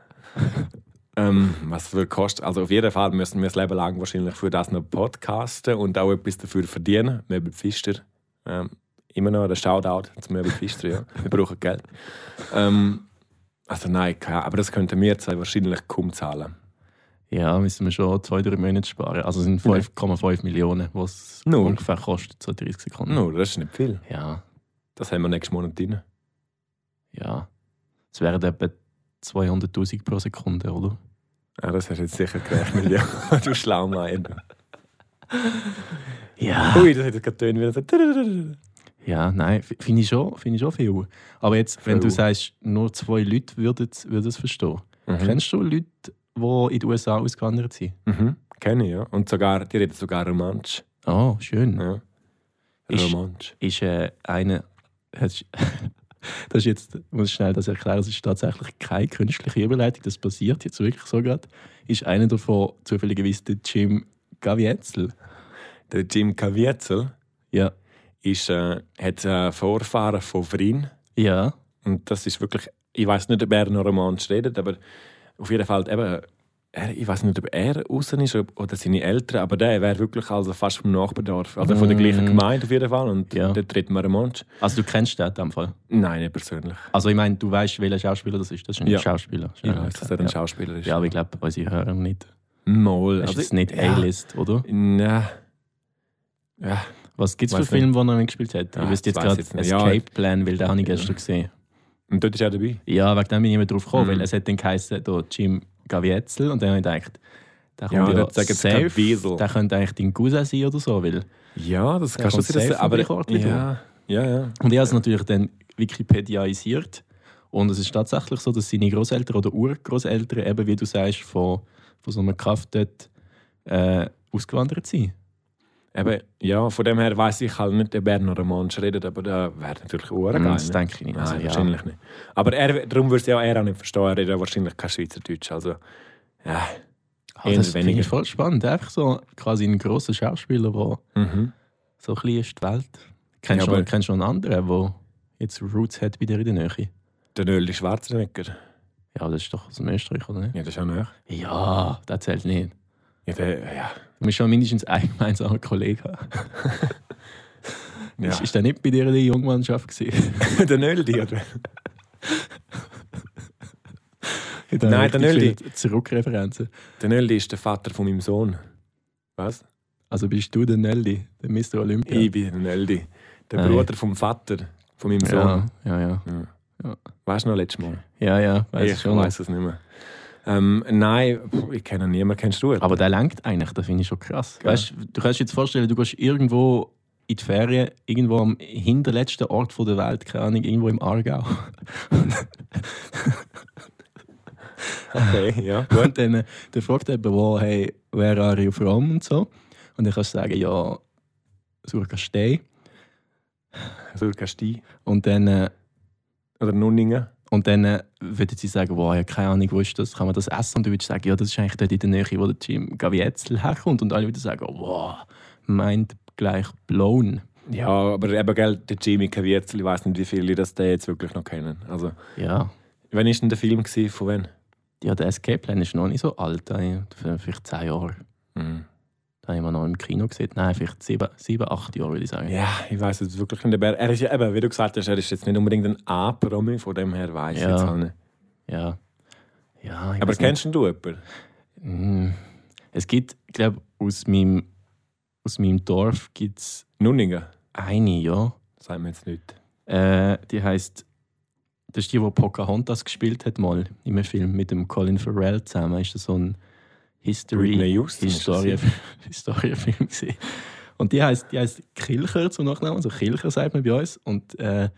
Speaker 3: Ähm, was es würde kosten. Also auf jeden Fall müssen wir das Leben lang wahrscheinlich für das noch podcasten und auch etwas dafür verdienen. Möbel Pfister. Ähm, immer noch der Shoutout zu Möbel Pfister, ja. Wir brauchen Geld. Ähm, also nein, keine- aber das könnten wir zwei wahrscheinlich kaum zahlen.
Speaker 1: Ja, müssen wir schon zwei, drei Monate sparen. Also es sind 5,5 Millionen, was es
Speaker 3: Nur.
Speaker 1: ungefähr kostet, so 30 Sekunden.
Speaker 3: No, das ist nicht viel.
Speaker 1: Ja,
Speaker 3: Das haben wir nächsten Monat drin.
Speaker 1: ja. Es wären etwa 200'000 pro Sekunde, oder?
Speaker 3: Ah, das hast du jetzt sicher gerechnet, ja. du Schlaumeier.
Speaker 1: Ja.
Speaker 3: Ui, das hat jetzt gerade tönt wieder so.
Speaker 1: Ja, nein, f- finde ich, schon- finde ich schon viel. Aber jetzt, wenn
Speaker 3: Viel.
Speaker 1: du sagst, nur zwei Leute würden es würden es verstehen. Kennst du Leute, die in die USA ausgewandert sind?
Speaker 3: Mhm. Kenne ich, ja. Und sogar, die reden sogar Romansch. Ah,
Speaker 1: Oh, schön.
Speaker 3: Ja.
Speaker 1: Ist-
Speaker 3: Romansch.
Speaker 1: ist äh, eine. Das ist- das ist jetzt, ich muss schnell das erklären, es ist tatsächlich keine künstliche Überleitung, das passiert jetzt wirklich so gerade. Ist einer davon zufälligerweise der Jim Gavietzel?
Speaker 3: Der Jim Caviezel
Speaker 1: Ja.
Speaker 3: ist, äh, hat äh, Vorfahren von Vrin.
Speaker 1: Ja.
Speaker 3: Und das ist wirklich, ich weiß nicht, ob er noch Romansch redet, aber auf jeden Fall eben, er, ich weiß nicht, ob er außen ist ob, oder seine Eltern, aber der wäre wirklich also fast vom Nachbardorf, also von der
Speaker 1: Mm.
Speaker 3: gleichen Gemeinde auf jeden Fall. Und
Speaker 1: Ja.
Speaker 3: dort redet man Romansch.
Speaker 1: Also du kennst den in dem Fall.
Speaker 3: Nein, nicht persönlich.
Speaker 1: Also ich meine, du weißt, welcher Schauspieler das ist. Das ist ein
Speaker 3: Ja.
Speaker 1: Schauspieler.
Speaker 3: Ich weiß, dass er ein
Speaker 1: ja.
Speaker 3: Schauspieler ist.
Speaker 1: ja, aber ich glaube, unsere Hörer nicht.
Speaker 3: Mal.
Speaker 1: Das ist
Speaker 3: Also,
Speaker 1: jetzt nicht A-List, oder?
Speaker 3: Ja. Nein. Ja.
Speaker 1: Was gibt es für
Speaker 3: Weiß nicht.
Speaker 1: Filme, die er mitgespielt hat?
Speaker 3: Ah,
Speaker 1: ich wüsste jetzt
Speaker 3: das
Speaker 1: gerade
Speaker 3: weiss ich jetzt nicht.
Speaker 1: Escape
Speaker 3: Ja.
Speaker 1: Plan, weil den habe ich gestern gesehen.
Speaker 3: Und dort ist er dabei.
Speaker 1: Ja, wegen dem bin ich nicht drauf gekommen,
Speaker 3: Mhm.
Speaker 1: weil es hat dann geheißen, da Jim Gavietzel und dann habe ich gedacht, der
Speaker 3: Ja,
Speaker 1: kommt ja,
Speaker 3: dort sagen sie Gaviesel.
Speaker 1: safe, der könnte eigentlich dein Cousin sein oder so, weil
Speaker 3: Ja, das
Speaker 1: Der
Speaker 3: kannst du
Speaker 1: kommt
Speaker 3: dir das
Speaker 1: safe vom gleichen Ort wie du.
Speaker 3: ja. ja, ja.
Speaker 1: Und ich habe es natürlich dann Wikipediaisiert. Und es ist tatsächlich so, dass seine Großeltern oder Urgroßeltern, eben wie du sagst, von, von so einem Kaff dort äh, ausgewandert sind.
Speaker 3: Eben, ja, von dem her weiß ich halt nicht, ob er noch Romansch redet, aber da wäre natürlich
Speaker 1: Mhm,
Speaker 3: Ohren
Speaker 1: das denke ich nicht.
Speaker 3: Nein,
Speaker 1: Also, ja.
Speaker 3: wahrscheinlich nicht. Aber er, darum würde es ja er auch nicht verstehen, er redet ja wahrscheinlich kein Schweizerdeutsch. Also, ja.
Speaker 1: Ah,
Speaker 3: Eher
Speaker 1: das finde
Speaker 3: weniger.
Speaker 1: ich voll spannend. Einfach so quasi ein grosser Schauspieler, der
Speaker 3: Mhm.
Speaker 1: so ein bisschen ist die Welt. Kennst
Speaker 3: Ja,
Speaker 1: du
Speaker 3: aber-
Speaker 1: noch- kennst du noch einen anderen, der jetzt Roots hat bei dir in der Nähe?
Speaker 3: Der Nölli Schwarzenegger.
Speaker 1: Ja, das ist doch aus dem Österreich, oder nicht?
Speaker 3: Ja, das ist auch nöch.
Speaker 1: Ja, das zählt nicht.
Speaker 3: Ja, der, ja.
Speaker 1: Du musst schon mindestens einen gemeinsamen Kollegen haben.
Speaker 3: Ja.
Speaker 1: Ist, ist der nicht bei dir in der Jungmannschaft gewesen?
Speaker 3: der Nölli, oder?
Speaker 1: Da
Speaker 3: Nein,
Speaker 1: richtig
Speaker 3: der Nöldi.
Speaker 1: viel Zurückreferenzen.
Speaker 3: Der Nölli ist der Vater von meinem Sohn. Was?
Speaker 1: Also bist du der Nelly, der Mr. Olympia?
Speaker 3: Ich bin der Nölli. Der
Speaker 1: Nein.
Speaker 3: Bruder vom Vater von meinem Sohn.
Speaker 1: ja, ja, ja.
Speaker 3: Weißt du noch letztes Mal?
Speaker 1: Ja, ja, weiss
Speaker 3: ich
Speaker 1: schon.
Speaker 3: weiß es nicht mehr. Ähm, nein, pff, ich kenne niemanden. Kennst du ihn?
Speaker 1: Aber der lenkt eigentlich, das finde ich schon krass.
Speaker 3: Ja.
Speaker 1: Weißt, du kannst dir jetzt vorstellen, du gehst irgendwo in die Ferien irgendwo am hinterletzten Ort von der Welt, keine Ahnung, irgendwo im Aargau.
Speaker 3: Okay, ja, gut.
Speaker 1: Und dann, äh, dann fragt jemand, wo, hey, where are you from und so. Und dann kannst du sagen, ja, Surkastei.
Speaker 3: Surkasti
Speaker 1: Und dann, äh,
Speaker 3: oder Nunningen.
Speaker 1: und dann äh, würden sie sagen, wow, ich habe keine Ahnung, wo ist das, kann man das essen? Und du würdest sagen, ja, das ist eigentlich dort in der Nähe, wo der Jim Gavietzel herkommt. Und alle würden sagen, wow, meint gleich blown.
Speaker 3: Ja, aber eben, gell, der Jimmy Caviezel, ich weiß nicht, wie viele das den jetzt wirklich noch kennen. Also,
Speaker 1: Ja.
Speaker 3: wann war denn der Film? Gewesen? Von wann?
Speaker 1: Ja, der Escape Plan ist noch nicht so alt, äh, vielleicht zehn Jahre.
Speaker 3: Mhm.
Speaker 1: Da haben wir noch im Kino gesehen. Nein, vielleicht sieben, sieben acht Jahre, würde ich sagen.
Speaker 3: Ja, ich weiß jetzt wirklich nicht. aber Er ist ja eben, wie du gesagt hast, er ist jetzt nicht unbedingt ein A-Promi, von dem her weiß ich
Speaker 1: Ja.
Speaker 3: jetzt auch nicht.
Speaker 1: Ja. ja ich
Speaker 3: Aber
Speaker 1: weiss nicht.
Speaker 3: kennst denn du jemanden?
Speaker 1: Mm. Es gibt, glaube aus meinem aus meinem Dorf gibt es
Speaker 3: Nunningen?
Speaker 1: eine, ja.
Speaker 3: Sagen wir jetzt nicht.
Speaker 1: Äh, die heißt, das ist die, die Pocahontas gespielt hat mal im Film mit dem Colin Farrell zusammen. Ist das so ein
Speaker 3: Whitney
Speaker 1: History
Speaker 3: Houston ist das
Speaker 1: Historienfilm Historienfilm gewesen. Und die heißt die heißt Kilcher zum Nachnamen, also Kilcher sagt man bei uns. Und äh,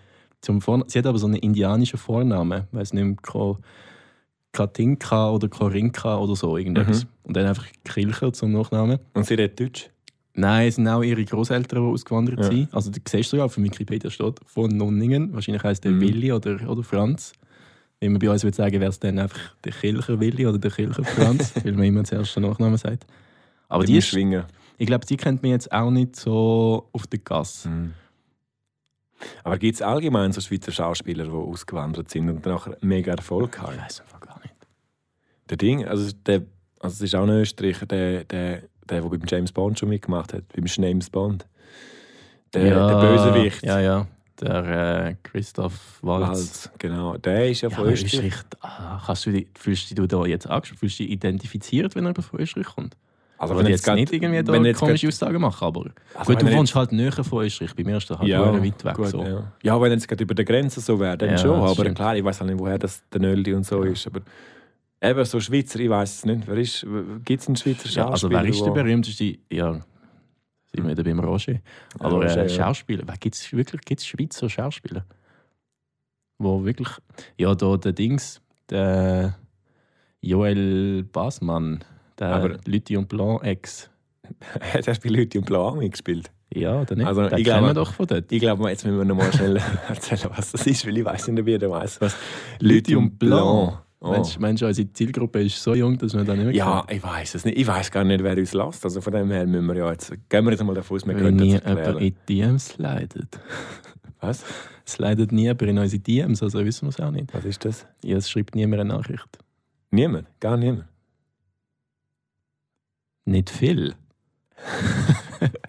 Speaker 1: zum Vorn sie hat aber so einen indianischen Vornamen, weiß nicht mehr, Ko Katinka oder Korinka oder so irgendetwas.
Speaker 3: Mhm.
Speaker 1: Und dann einfach Kilcher zum Nachnamen.
Speaker 3: Und sie redet Deutsch?
Speaker 1: Nein, es sind auch ihre Großeltern, die ausgewandert
Speaker 3: Ja.
Speaker 1: sind. Also, du siehst sogar, auf dem Wikipedia steht von Nunningen. Wahrscheinlich heißt der
Speaker 3: Mhm.
Speaker 1: Willi oder, oder Franz. Wie man bei uns würde sagen, wäre es dann einfach der Kilcher Willi oder der Kilcher Franz, weil man immer zuerst den Nachnamen sagt. Aber die ist,
Speaker 3: Schwinger.
Speaker 1: ich glaube, die kennt mich jetzt auch nicht so auf der Gasse.
Speaker 3: Mhm. Aber gibt es allgemein so Schweizer Schauspieler, die ausgewandert sind und nachher mega Erfolg haben?
Speaker 1: Ich weiß einfach gar nicht.
Speaker 3: Der Ding, also, der, also es ist auch ein Österreicher, der, der, der, der beim James Bond schon mitgemacht hat, beim James Bond. Der, der Bösewicht.
Speaker 1: Ja, ja. Der äh, Christoph Waltz.
Speaker 3: Walz, genau. Der ist ja
Speaker 1: Ja,
Speaker 3: von
Speaker 1: aber
Speaker 3: Österreich.
Speaker 1: Österreich. Ah, kannst du dich, fühlst du dich da jetzt angesprochen? Fühlst du dich identifiziert, wenn jemand von Österreich kommt?
Speaker 3: Also
Speaker 1: Aber wenn jetzt
Speaker 3: grad-
Speaker 1: nicht irgendwie da
Speaker 3: wenn jetzt
Speaker 1: komische
Speaker 3: grad-
Speaker 1: Aussagen machen, aber
Speaker 3: also
Speaker 1: gut,
Speaker 3: wenn
Speaker 1: du
Speaker 3: er
Speaker 1: wohnst halt näher von Österreich, bei mir ist das halt
Speaker 3: ja,
Speaker 1: ja, weit weg.
Speaker 3: Gut,
Speaker 1: so.
Speaker 3: ja. ja, wenn jetzt gerade über der Grenze so wäre, dann
Speaker 1: Ja,
Speaker 3: schon.
Speaker 1: das
Speaker 3: Aber
Speaker 1: stimmt.
Speaker 3: klar, ich weiß auch nicht, woher das der Nöldi und so ist. Aber eben so Schweizer, ich weiß es nicht. Wer ist, gibt es einen Schweizer Schauspieler?
Speaker 1: Ja, also wer ist der
Speaker 3: wo-
Speaker 1: berühmteste? Ja, sind wir wieder beim Roger. Aber
Speaker 3: Roger, ja.
Speaker 1: äh, Schauspieler, wer gibt's wirklich gibt's Schweizer Schauspieler? Wo wirklich, ja, da der Dings, der Joel Basmann, der
Speaker 3: Aber-
Speaker 1: Lüthi und Blanc Ex.
Speaker 3: Hat er bei Leute und Blau mitgespielt?
Speaker 1: Ja, oder nicht?
Speaker 3: Also,
Speaker 1: den kennen
Speaker 3: ich glaube-
Speaker 1: wir doch von dort.
Speaker 3: Ich glaube, jetzt müssen wir nochmal schnell erzählen, was das ist, weil ich weiß nicht, ob jeder weiß, was
Speaker 1: Lithium
Speaker 3: Lithium
Speaker 1: Blanc.
Speaker 3: Blanc. Oh.
Speaker 1: Meinst, meinst du, unsere Zielgruppe ist so jung, dass wir da nicht mehr
Speaker 3: Ja, ich weiß es nicht. Ich weiß gar nicht, wer uns lässt. Also von dem her müssen wir ja jetzt, gehen wir jetzt mal davon aus, wir
Speaker 1: Wenn
Speaker 3: können
Speaker 1: nie
Speaker 3: das
Speaker 1: jemand
Speaker 3: erklären.
Speaker 1: in DMs leidet.
Speaker 3: Was?
Speaker 1: Es leidet nie jemand in unsere DMs, also wissen wir es auch nicht.
Speaker 3: Was ist das?
Speaker 1: Ja, es schreibt niemand eine Nachricht.
Speaker 3: Niemand, gar niemand.
Speaker 1: Nicht viel.